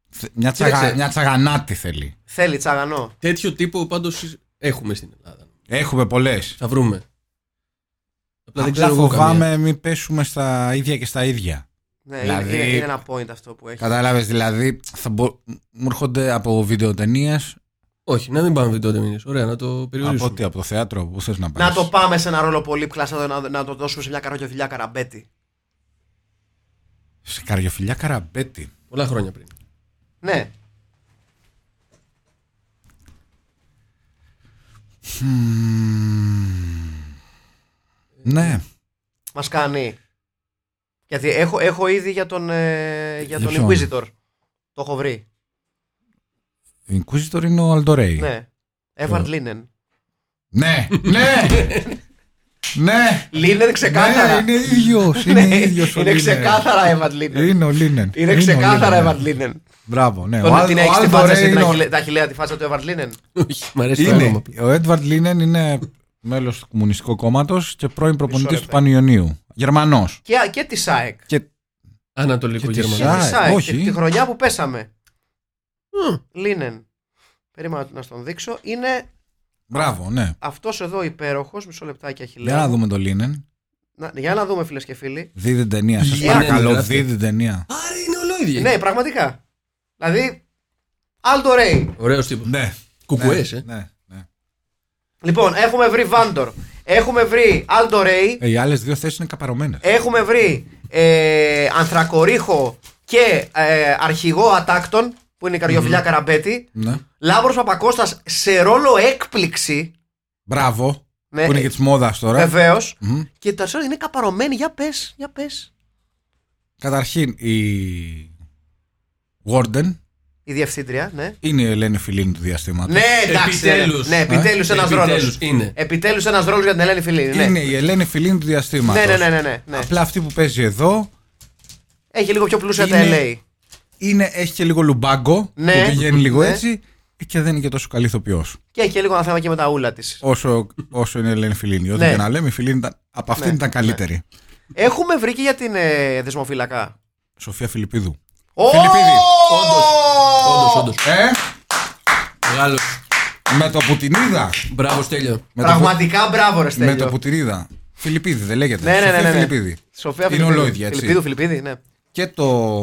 Θε- Μια, τσαγα, Κοίταξε. μια τσαγανάτη θέλει. Θέλει τσαγανό. Τέτοιο τύπο πάντως έχουμε στην Ελλάδα. Έχουμε πολλές. Θα βρούμε. Απλά δεν Απλά ξέρω εγώ καμία. φοβάμαι μην πέσουμε στα ίδια και στα ίδια. Ναι, Δηλαδή- είναι, είναι ένα point αυτό που έχεις. Κατάλαβες δηλαδή, θα μπο... μου έρχονται από βιντεοτενίες, Όχι, να μην πάμε βιντεοτεμίνε. Ωραία, να το από περιορίσουμε. τι, από το θέατρο, που θες να πα. Να το πάμε σε ένα ρόλο πολύ κλασσάδο να, να το δώσουμε σε μια καρογιοφιλιά καραμπέτη. Σε καριοφιλιά καραμπέτη. Πολλά χρόνια πριν. <laughs> Ναι. Ναι. Μας κάνει. Γιατί έχω, έχω ήδη για τον, ε, για Για τον ποιον? Inquisitor. Το έχω βρει. Inquisitor είναι ο Αλντορέι. Ναι. Ε. Εύαρτ Λίνεν. Ναι, ναι, <laughs> ναι. Λίνεν ξεκάθαρα. Ναι, είναι ίδιος. <laughs> Ναι, Είναι ίδιος ο είναι Λίνεν. ξεκάθαρα Εύαρτ Λίνεν. Είναι ο Λίνεν. Είναι ο ξεκάθαρα Λίνεν. Εύαρτ Λίνεν. Μπράβο, ναι. Τον- Αλ- Την έχει τη φάτσα Αλντορέι εσύ, την είναι ο- αχιλε- τα χιλιά τη φάτσα του Εύαρτ Λίνεν. Όχι, μ' αρέσει το Είναι. όνομα. Ο Έντβαρντ Λίνεν είναι μέλος του Κομμουνιστικού Κόμματος και πρώην προπονητής λεπτό. του Πανιωνίου. Γερμανός. Και, και της ΣΑΕΚ. Και Ανατολικό Και της Και Γερμανό. Ζάρα. τη Α, ΣΑΕΚ. όχι. Τη, τη χρονιά που πέσαμε. Μμ. Λίνεν. Περίμενα να τον δείξω. Είναι Μπράβο, ναι. αυτός εδώ υπέροχος. Μισό λεπτάκι Για αχιλέα. να δούμε το Λίνεν. Να- για να δούμε, φίλες και φίλοι. Δείτε την ταινία. Σας Λίνεν, παρακαλώ, γράφτε. δείτε την ταινία. Άρα είναι ολόιδια. Ναι, πραγματικά. Δηλαδή. Άλτο Ρέι. Ωραίος τύπος. Ναι. Κουκουέ, ναι, ε. ναι, ναι. Λοιπόν, έχουμε βρει Βάντορ. Έχουμε βρει Άλτο Ρέι. Ε, Οι άλλες δύο θέσεις είναι καπαρωμένες. Έχουμε βρει ε, Ανθρακορίχο και ε, αρχηγό Ατάκτον που είναι η καριοφιλιά Καραμπέτη. Ναι. Λάμπρος Παπακώστας σε ρόλο έκπληξη. Μπράβο. Ναι, Ε, Που είναι και της μόδας τώρα. Βεβαίως. Μμμ. Και τα σώματα είναι καπαρωμένοι. Για πες, για πες. Καταρχήν η Warden Η διευθύντρια, ναι. είναι η Ελένη Φιλίνη του διαστήματος. Ναι, εντάξει. ρε. Επιτέλους. Ναι, επιτέλους Ε, ένας ρόλος. επιτέλους, είναι. Επιτέλους ένας ρόλος για την Ελένη Φιλίνη. Ναι. Είναι η Ελένη Φιλίνη του διαστήματος. Ναι, ναι, ναι, ναι, ναι, ναι. Απλά αυτή που παίζει εδώ Έχει λίγο πιο πλούσια Είναι- τα LA. είναι, έχει και λίγο λουμπάγκο Ναι. που πηγαίνει λίγο Ναι. έτσι και δεν είναι και τόσο καλή ηθοποιός. Και έχει και λίγο ένα θέμα και με τα ούλα της. Όσο, όσο είναι η Ελένη Φιλίνη. Ό,τι Ναι. και να λέμε, η Φιλίνη ήταν, από αυτήν Ναι, ήταν καλύτερη. Έχουμε βρει και για την ε, δεσμοφυλακά. Σοφία Φιλιππίδου. Ω! Φιλιππίδη. Όντως, όντως. Ε, Μεγάλος. με το που την είδα. Μπράβο, Στέλιο. Με το που- Πραγματικά μπράβο, ρε Με Στέλιο. το που την είδα. Φιλιππίδη δεν λέγεται. Ναι, ναι, Σοφία ναι, ναι, ναι. Φιλιππίδη. Σοφία Είναι Φιλιππίδη. ολόιδια, έτσι. Φιλιππίδου, Φιλιππίδη, ναι. Και το,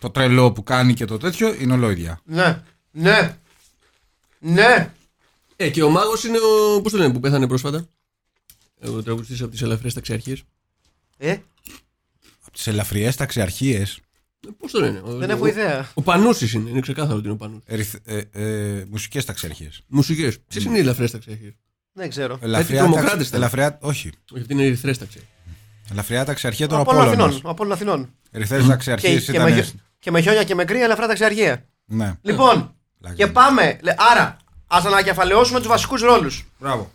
το τρελό που κάνει και το τέτοιο είναι ολόιδια. Ναι. Ναι. Ναι. Ε, και ο μάγος είναι ο. Πώς το λένε που πέθανε πρόσφατα. Ε, Ο τραγουδιστής από τις ελαφρέ ταξιαρχίες. Ε, Από τις ελαφριές ταξιαρχίες. Πώς Ε, το λένε. Ο, δεν ο- έχω ιδέα. Ο Πανούσης είναι, είναι ξεκάθαρο ότι είναι ο Πανούσης. Ε, ε, Μουσικές ταξιαρχίε. Μουσικέ. Ποιε είναι οι ελαφρές ταξιαρχίε. Δεν ξέρω. Ελαφριά, τρομοκράτες ήταν. ελαφριά, όχι. Όχι, αυτή είναι οι ερυθρές ταξιαρχίε. Ελαφριά ταξιαρχία των Από όλων Αθηνών. Απόλλωνας. Από όλων Αθηνών. Ερυθρές ταξιαρχίες Και, και, με, ήταν... χιό- και με χιόνια και με κρύα, ελαφρά ταξιαρχία. Ναι. Λοιπόν, Λάγκα. και πάμε. Λε- Άρα, ας ανακεφαλαιώσουμε τους βασικούς ρόλους. Μπράβο.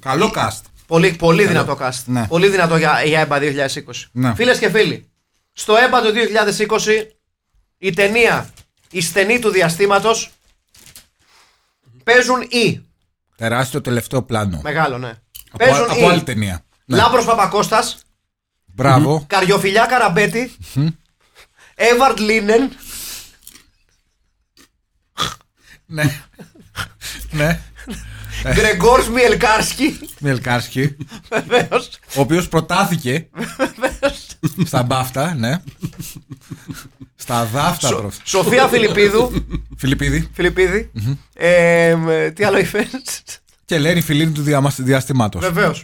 Καλό cast. Πολύ, πολύ δυνατό cast. Ναι. Πολύ δυνατό για, για ΕΜΠΑ 2020. Ναι. Φίλες και φίλοι, στο ΕΜΠΑ του 2020 η ταινία Η στενή του διαστήματος παίζουν ή. Τεράστιο τελευταίο πλάνο. Μεγάλο, ναι. Από, παίζουν από άλλη ή. ταινία. Ναι. Λάμπρος Παπακώστας, Μπράβο. Καριοφιλιά Καραμπέτη, Εύαρντ Λίνεν, ναι. <laughs> ναι. Γκρεγόρ Μιελκάρσκι. Μιελκάρσκι. Βεβαίως. ο οποίος προτάθηκε στα μπάφτα, ναι. στα δάφτα, προ. Σοφία Φιλιππίδου. Φιλιππίδη. Φιλιππίδη. Ε, μ, τι άλλο είπες. Και Ελένη Φιλίνη του διαμασ- διαστημάτος. Βεβαίω.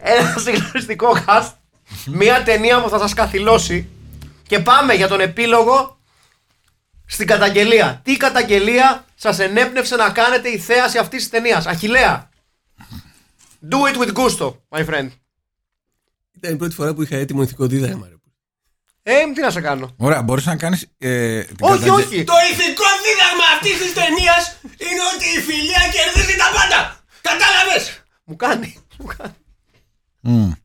Ένα συγκλονιστικό cast. Μία ταινία που θα σας καθυλώσει. Και πάμε για τον επίλογο στην καταγγελία. Τι καταγγελία σας ενέπνευσε να κάνετε η θέαση αυτής της ταινίας. Αχιλέα. Do it with gusto, my friend. Ήταν η πρώτη φορά που είχα έτοιμο ηθικό δίδαγμα. ρε. Ε, τι να σε κάνω. Ωραία, μπορεί να κάνεις. Ε, την Όχι, καταγγε- όχι. Το ηθικό δίδαγμα αυτής της ταινίας είναι ότι η φιλία κερδίζει τα πάντα. Κατάλαβες! Μου κάνει. Μου κάνει. Οκ.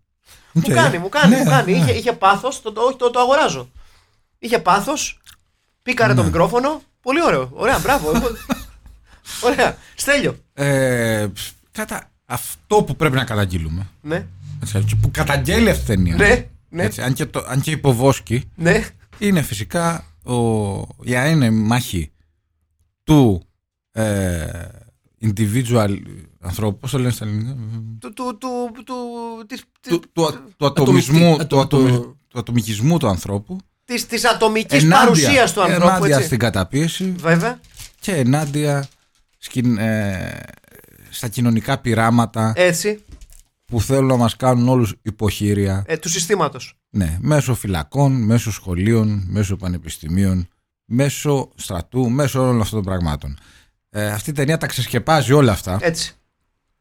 Μου κάνει, μου κάνει, Ναι, μου κάνει. ναι. Είχε, είχε πάθος, το, το, το, το αγοράζω. Είχε πάθος, πήκαρε Ναι. το μικρόφωνο. Πολύ ωραίο. Ωραία, μπράβο. Εγώ- ωραία. Στέλιο. Ε, κατα... Αυτό που πρέπει να καταγγείλουμε. Ναι, έτσι, και που καταγγέλει αυτή η ταινία. ναι, ναι. Έτσι, αν, και το, αν και υποβόσκει, ναι. είναι φυσικά ο, η αένεμη μάχη του ε, individual ανθρώπου. Πώς το λένε στα ελληνικά. Του, του, του, του, της, Του, της, του, α- του ατομισμού, ε, ατομιστή, του, ατομι- ατομι- του ατομικισμού του ανθρώπου. της, της ατομικής παρουσίας του ανθρώπου, ενάντια έτσι. στην καταπίεση Βέβαια. και ενάντια σκην- ε, στα κοινωνικά πειράματα Έτσι. που θέλουν να μας κάνουν όλους υποχείρια. Ε, του συστήματος. Ναι, μέσω φυλακών, μέσω σχολείων, μέσω πανεπιστημίων, μέσω στρατού, μέσω όλων αυτών των πραγμάτων. Ε, αυτή η ταινία τα ξεσκεπάζει όλα αυτά, Έτσι.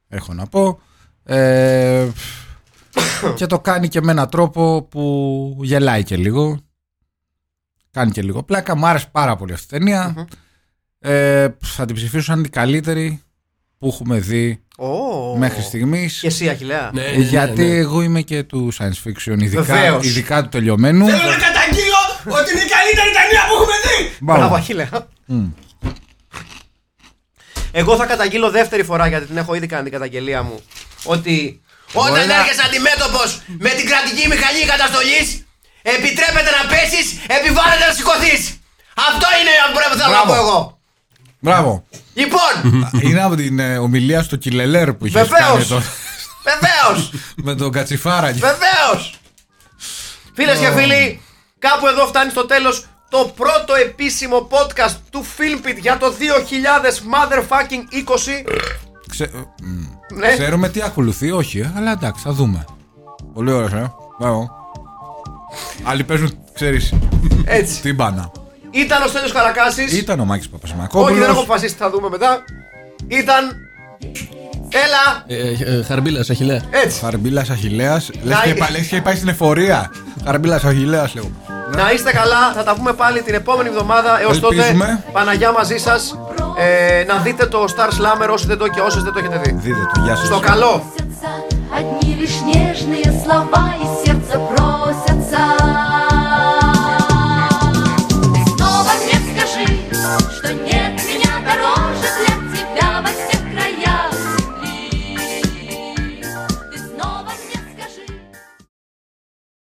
έχω να πω. Ε, και το κάνει και με έναν τρόπο που γελάει και λίγο. Κάνει και λίγο πλάκα. Μου άρεσε πάρα πολύ αυτή η ταινια Ε, θα την ψηφίσω σαν την καλύτερη που έχουμε δει Ω. μέχρι στιγμής. Και εσύ, Αχιλέα. Ναι, ναι, ναι, Ε, γιατί ναι. εγώ είμαι και του science fiction, ειδικά, Βεβαίως. ειδικά του τελειωμένου. Θέλω να καταγγείλω ότι είναι η καλύτερη ταινία που έχουμε δει! Μπράβο. Μπράβο, Αχιλέα. Εγώ θα καταγγείλω δεύτερη φορά γιατί την έχω ήδη κάνει την καταγγελία μου. Ότι όταν Ωραία. έρχεσαι αντιμέτωπος με την κρατική μηχανή καταστολής, επιτρέπεται να πέσεις, επιβάλλεται να σηκωθείς. Αυτό είναι αυτό που θέλω να πω Μπράβο. εγώ. Μπράβο. Λοιπόν, Είναι από την ε, ομιλία στο Κιλελέρ που είχες Βεβαίως. κάνει το- βεβαίως, με τον Κατσιφάρα. βεβαίως. Φίλες και φίλοι, κάπου εδώ φτάνει στο τέλος το πρώτο επίσημο podcast του Filmpit για το 2000 motherfucking 20. Ξε- μ, Ναι. Ξέρουμε τι ακολουθεί, όχι, ε, αλλά εντάξει, θα δούμε. Πολύ ωραίος, ε. Μπράβο. Άλλοι παίζουν, ξέρεις, Έτσι. την μπάνα. Ήταν ο Στέλιος Καρακάσης. Ήταν ο Μάκης Παπασημακόπουλος. Όχι, δεν έχω αποφασίσει τι θα δούμε μετά. Ήταν. Έλα! Ε, ε, Χαρμπίλα, Αχηλέα. Έτσι. Χαρμπίλας Αχιλέας. Λες Να- και, πα- λες και πάει στην εφορία. Χαρμπίλας Αχιλέας, λέγω. Να είστε καλά, θα τα πούμε πάλι την επόμενη εβδομάδα. Έως τότε, Ελπίζουμε. Παναγιά μαζί σας. Ε, να δείτε το Star Slammer όσοι δεν το και όσες δεν το έχετε δει. Δείτε το, γεια σας. Στο καλό! Месяца Одни лишь нежные слова и